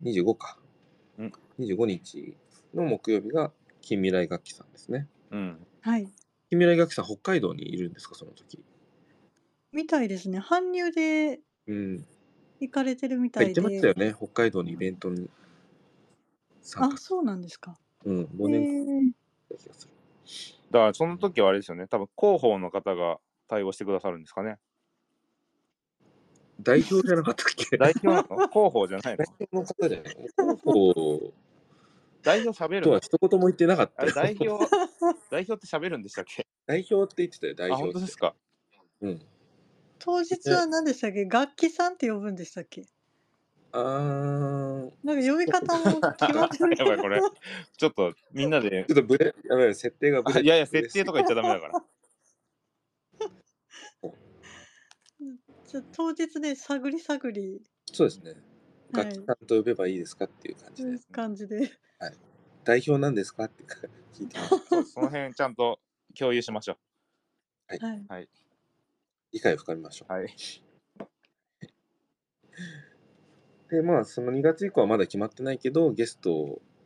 C: 25か、
B: うん
C: 25日の木曜日が近未来楽器さんですね
B: うん。
A: はい。
C: 近未来楽器さん北海道にいるんですかその時
A: みたいですね。韓流で
C: うん
A: 行かれてるみた
C: 言っ
A: い
C: て
A: で。
C: ましたよね北海道のイベントに参
A: あ、
C: 加
A: そうなんですか。
C: うん
A: へ
C: 忘年
A: ー
C: 会だった気がする
B: だから、その時はあれですよね。多分広報の方が対応してくださるんですかね。
C: 代表じゃなかったっ
B: (laughs)
C: け
B: 代表な
A: (laughs)
B: の広報じゃないの
C: 代表の方じゃない広
B: 代表喋
C: 報
B: る
C: と
B: の
C: は一言も言ってなかっ
B: あ
C: た
B: れ代
C: よ
B: 表、代表って喋るんでしたっけ
C: 代表って言ってたよ代
B: あ、
C: 表
B: 本当ですか。。
C: うん
A: 当日は何でしたっけ楽器さんって呼ぶんでしたっけ
C: あー
A: なんか呼び方も決まってる
B: やばいこれちょっとみんなで (laughs)
C: ちょ、っとブレ、やばい、設定がブ
B: あ
C: レ。
B: いやいや、設定とか言っちゃダメだから。
A: じゃあ当日で探り探り、
C: そうですね。
A: は
C: 楽器
A: い
C: さん、と呼べばいいですかっていう感じで、
A: 感じで。 (laughs)
C: 代表なんですかってか聞いて (laughs) ます。
B: そうその辺ちゃんと共有しましょ
A: はい。
C: 理解を深めましょ
B: う。はい。
C: う。で、まあ、その2月以降はまだ決まってないけど、ゲスト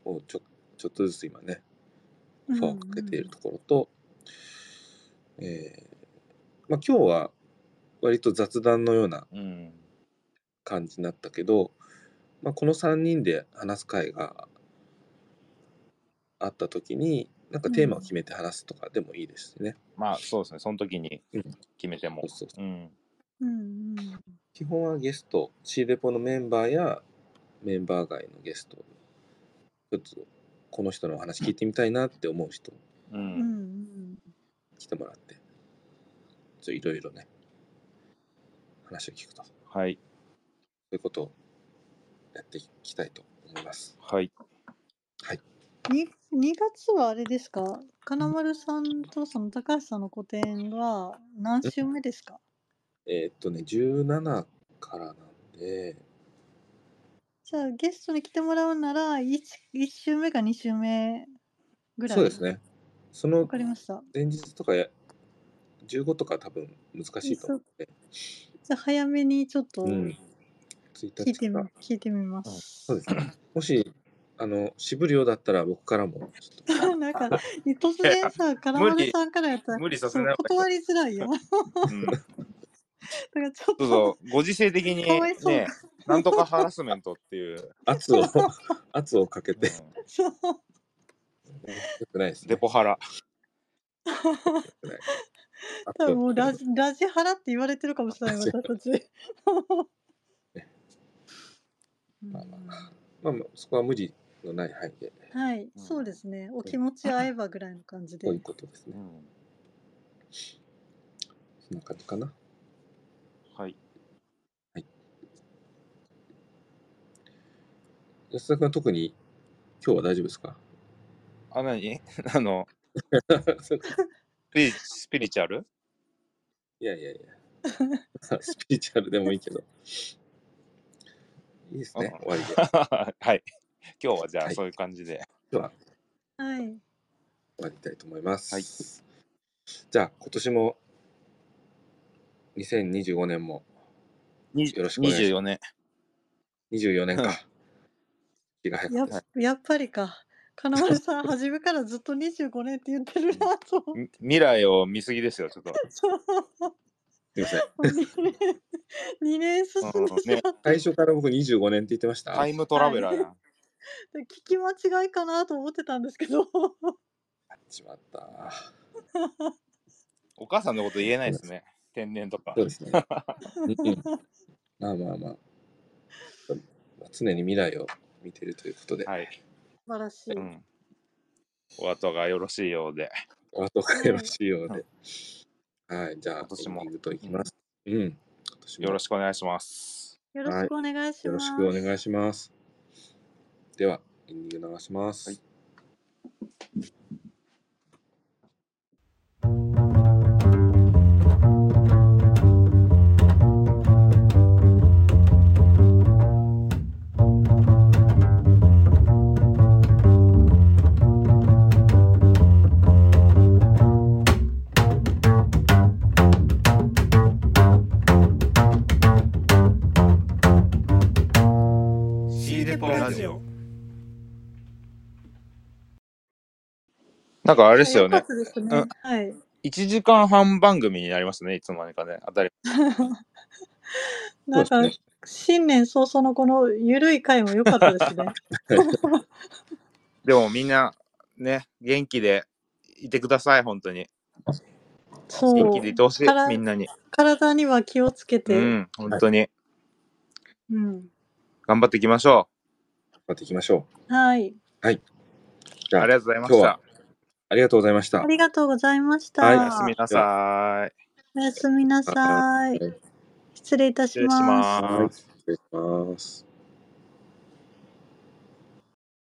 C: をちょちょっとずつ今ね、ファーをかけているところと、えーまあ、今日は割と雑談のような
B: うん。
C: 感じになったけど、まあ、この3人で話す会があった時になんかテーマを決めて話すとかでもいいですしね、
B: まあ、そうですね。その時に決めても。
C: そうそう
B: うん。
A: うんうん
C: 基本はゲスト C レポのメンバーやメンバー外のゲストちょっとこの人のお話聞いてみたいなって思う人
A: う
B: う。
A: んん
C: 来てもらってちょいろいろね話を聞くとそ
B: はい。
C: ういうことをやっていきたいと思います。
B: はい。
A: うん。に2月はあれですか金丸さんとその高橋さんの個展は何週目ですか
C: えーっとね17からなんで
A: じゃあゲストに来てもらうなら 1, 一週目か2週目ぐらい
C: そうですね。その
A: わかりました
C: 前日とかや15とか多分難しいと思って、
A: じゃあ早めにちょっと
C: うん、 1
A: 聞いて
C: 日
A: み
C: か。、
A: 聞いてみま
B: うん
A: す。
C: そうで
A: (laughs)
C: すね。もし、あの、渋るようだったら僕からも、ちょっ
A: (laughs)
C: と。
A: なんか、突然さ、カラマルさんからやったら、
B: 無理させない
A: そう断りづらいよ。だ (laughs)
B: うん
A: からちょっ
B: そう
A: と、
B: そう、ご時世的
A: (laughs)
B: に
A: かわいそう
B: ね、なんとかハラスメントっていう、
C: 圧を、 (laughs) 圧をかけ
B: う
C: て、
B: ん
C: よ
A: (laughs) そう。
C: くないですね。
B: デポハラ。
A: 多分もう
C: (laughs)
A: ラ
C: ラジ
A: ジラジハラって言われてるかもしれない、
C: ラジ
A: 私た
C: (laughs)
A: ち。
C: まあままあまあ、そこは無理のない範囲で、
A: はい、そうですね。お気持ち合えばぐらいの感じで
C: そうい。うことです
B: う
C: ね。
B: ん
C: そんな感じかな。
B: はい。
C: 安田君は特に、今日は大丈
A: (laughs)
C: 夫ですか
B: あ、なに (laughs) あの、スピリスピリチュアル (laughs)
C: いやいやい (laughs) や。スピリチュアルでもいいけど。いいですね、
B: うん
C: 終わりで。
B: はい。今日はじゃ
C: は
B: あ
C: い
B: そういう感じで。
C: 今日は
A: はい。
C: 終わりたいと思います。
B: はい
C: じゃあ、今年も、2025年も、
B: に
C: よろしくお願いし
B: 24
C: ます
B: 年。
C: 24年か。気が早か
A: や
C: ったです。
A: やっぱりか。金丸
C: (laughs)
A: さん、初めからずっと25年って言ってるなと思って。
B: み未来を見すぎですよ、ちょっと。
C: すいません。
A: 2年進んでしまった。
C: 最初から僕25年って言ってました。
B: タイムトラベラーやん。
A: 聞き間違いかなと思ってたんですけど。
C: しまった。
B: お母さんのこと言えないですね。天然とか
C: そ。う
B: (laughs)
C: ですね。うんまあまあまあ。常に未来を見てるということで、
B: はい。
A: 素晴らしい。
B: うん。お後がよろしいようで。
C: お後がよろしいようで。はい、じゃあ、
B: 今年も
C: エンディングといきます。うん。今年も
B: よろしくお願いします。
A: よろしくお願いし
C: よろ
A: ま
C: し
A: す。
C: くお願いします。では、エンディング流します。
B: はい
D: シーデポラジオ
B: なんかあれですよね
A: 一。発ですね
B: うん
A: はい。
B: 1時間半番組になりますね、いつの間にかね。当たり
A: なん
C: そ
A: か
C: うですね
A: 新年早々のこのゆるい回も良かった
B: (laughs)
A: ですね。
B: でもみんな、ね、元気でいてください、本当に。元
A: そ
B: 気
A: う
B: でい。てほしい
A: から、
B: みんなに。
A: 体には気をつけ
B: う
A: て、
B: ん、本当に。
A: うん、
B: 頑張っていきましょ
C: 頑張っていきましょ
A: はい。
C: う。じ
B: う。
C: ゃあ、
B: あ
C: あ
B: り
C: り
B: がとうございました。
C: がとうございました
A: あ。りがとうございました。
C: はい
B: おやすみなさい。
A: おやすみなさい
C: はい。
A: 失礼いたし
B: 失礼し
A: ます。
B: ます
C: はい。。失礼します。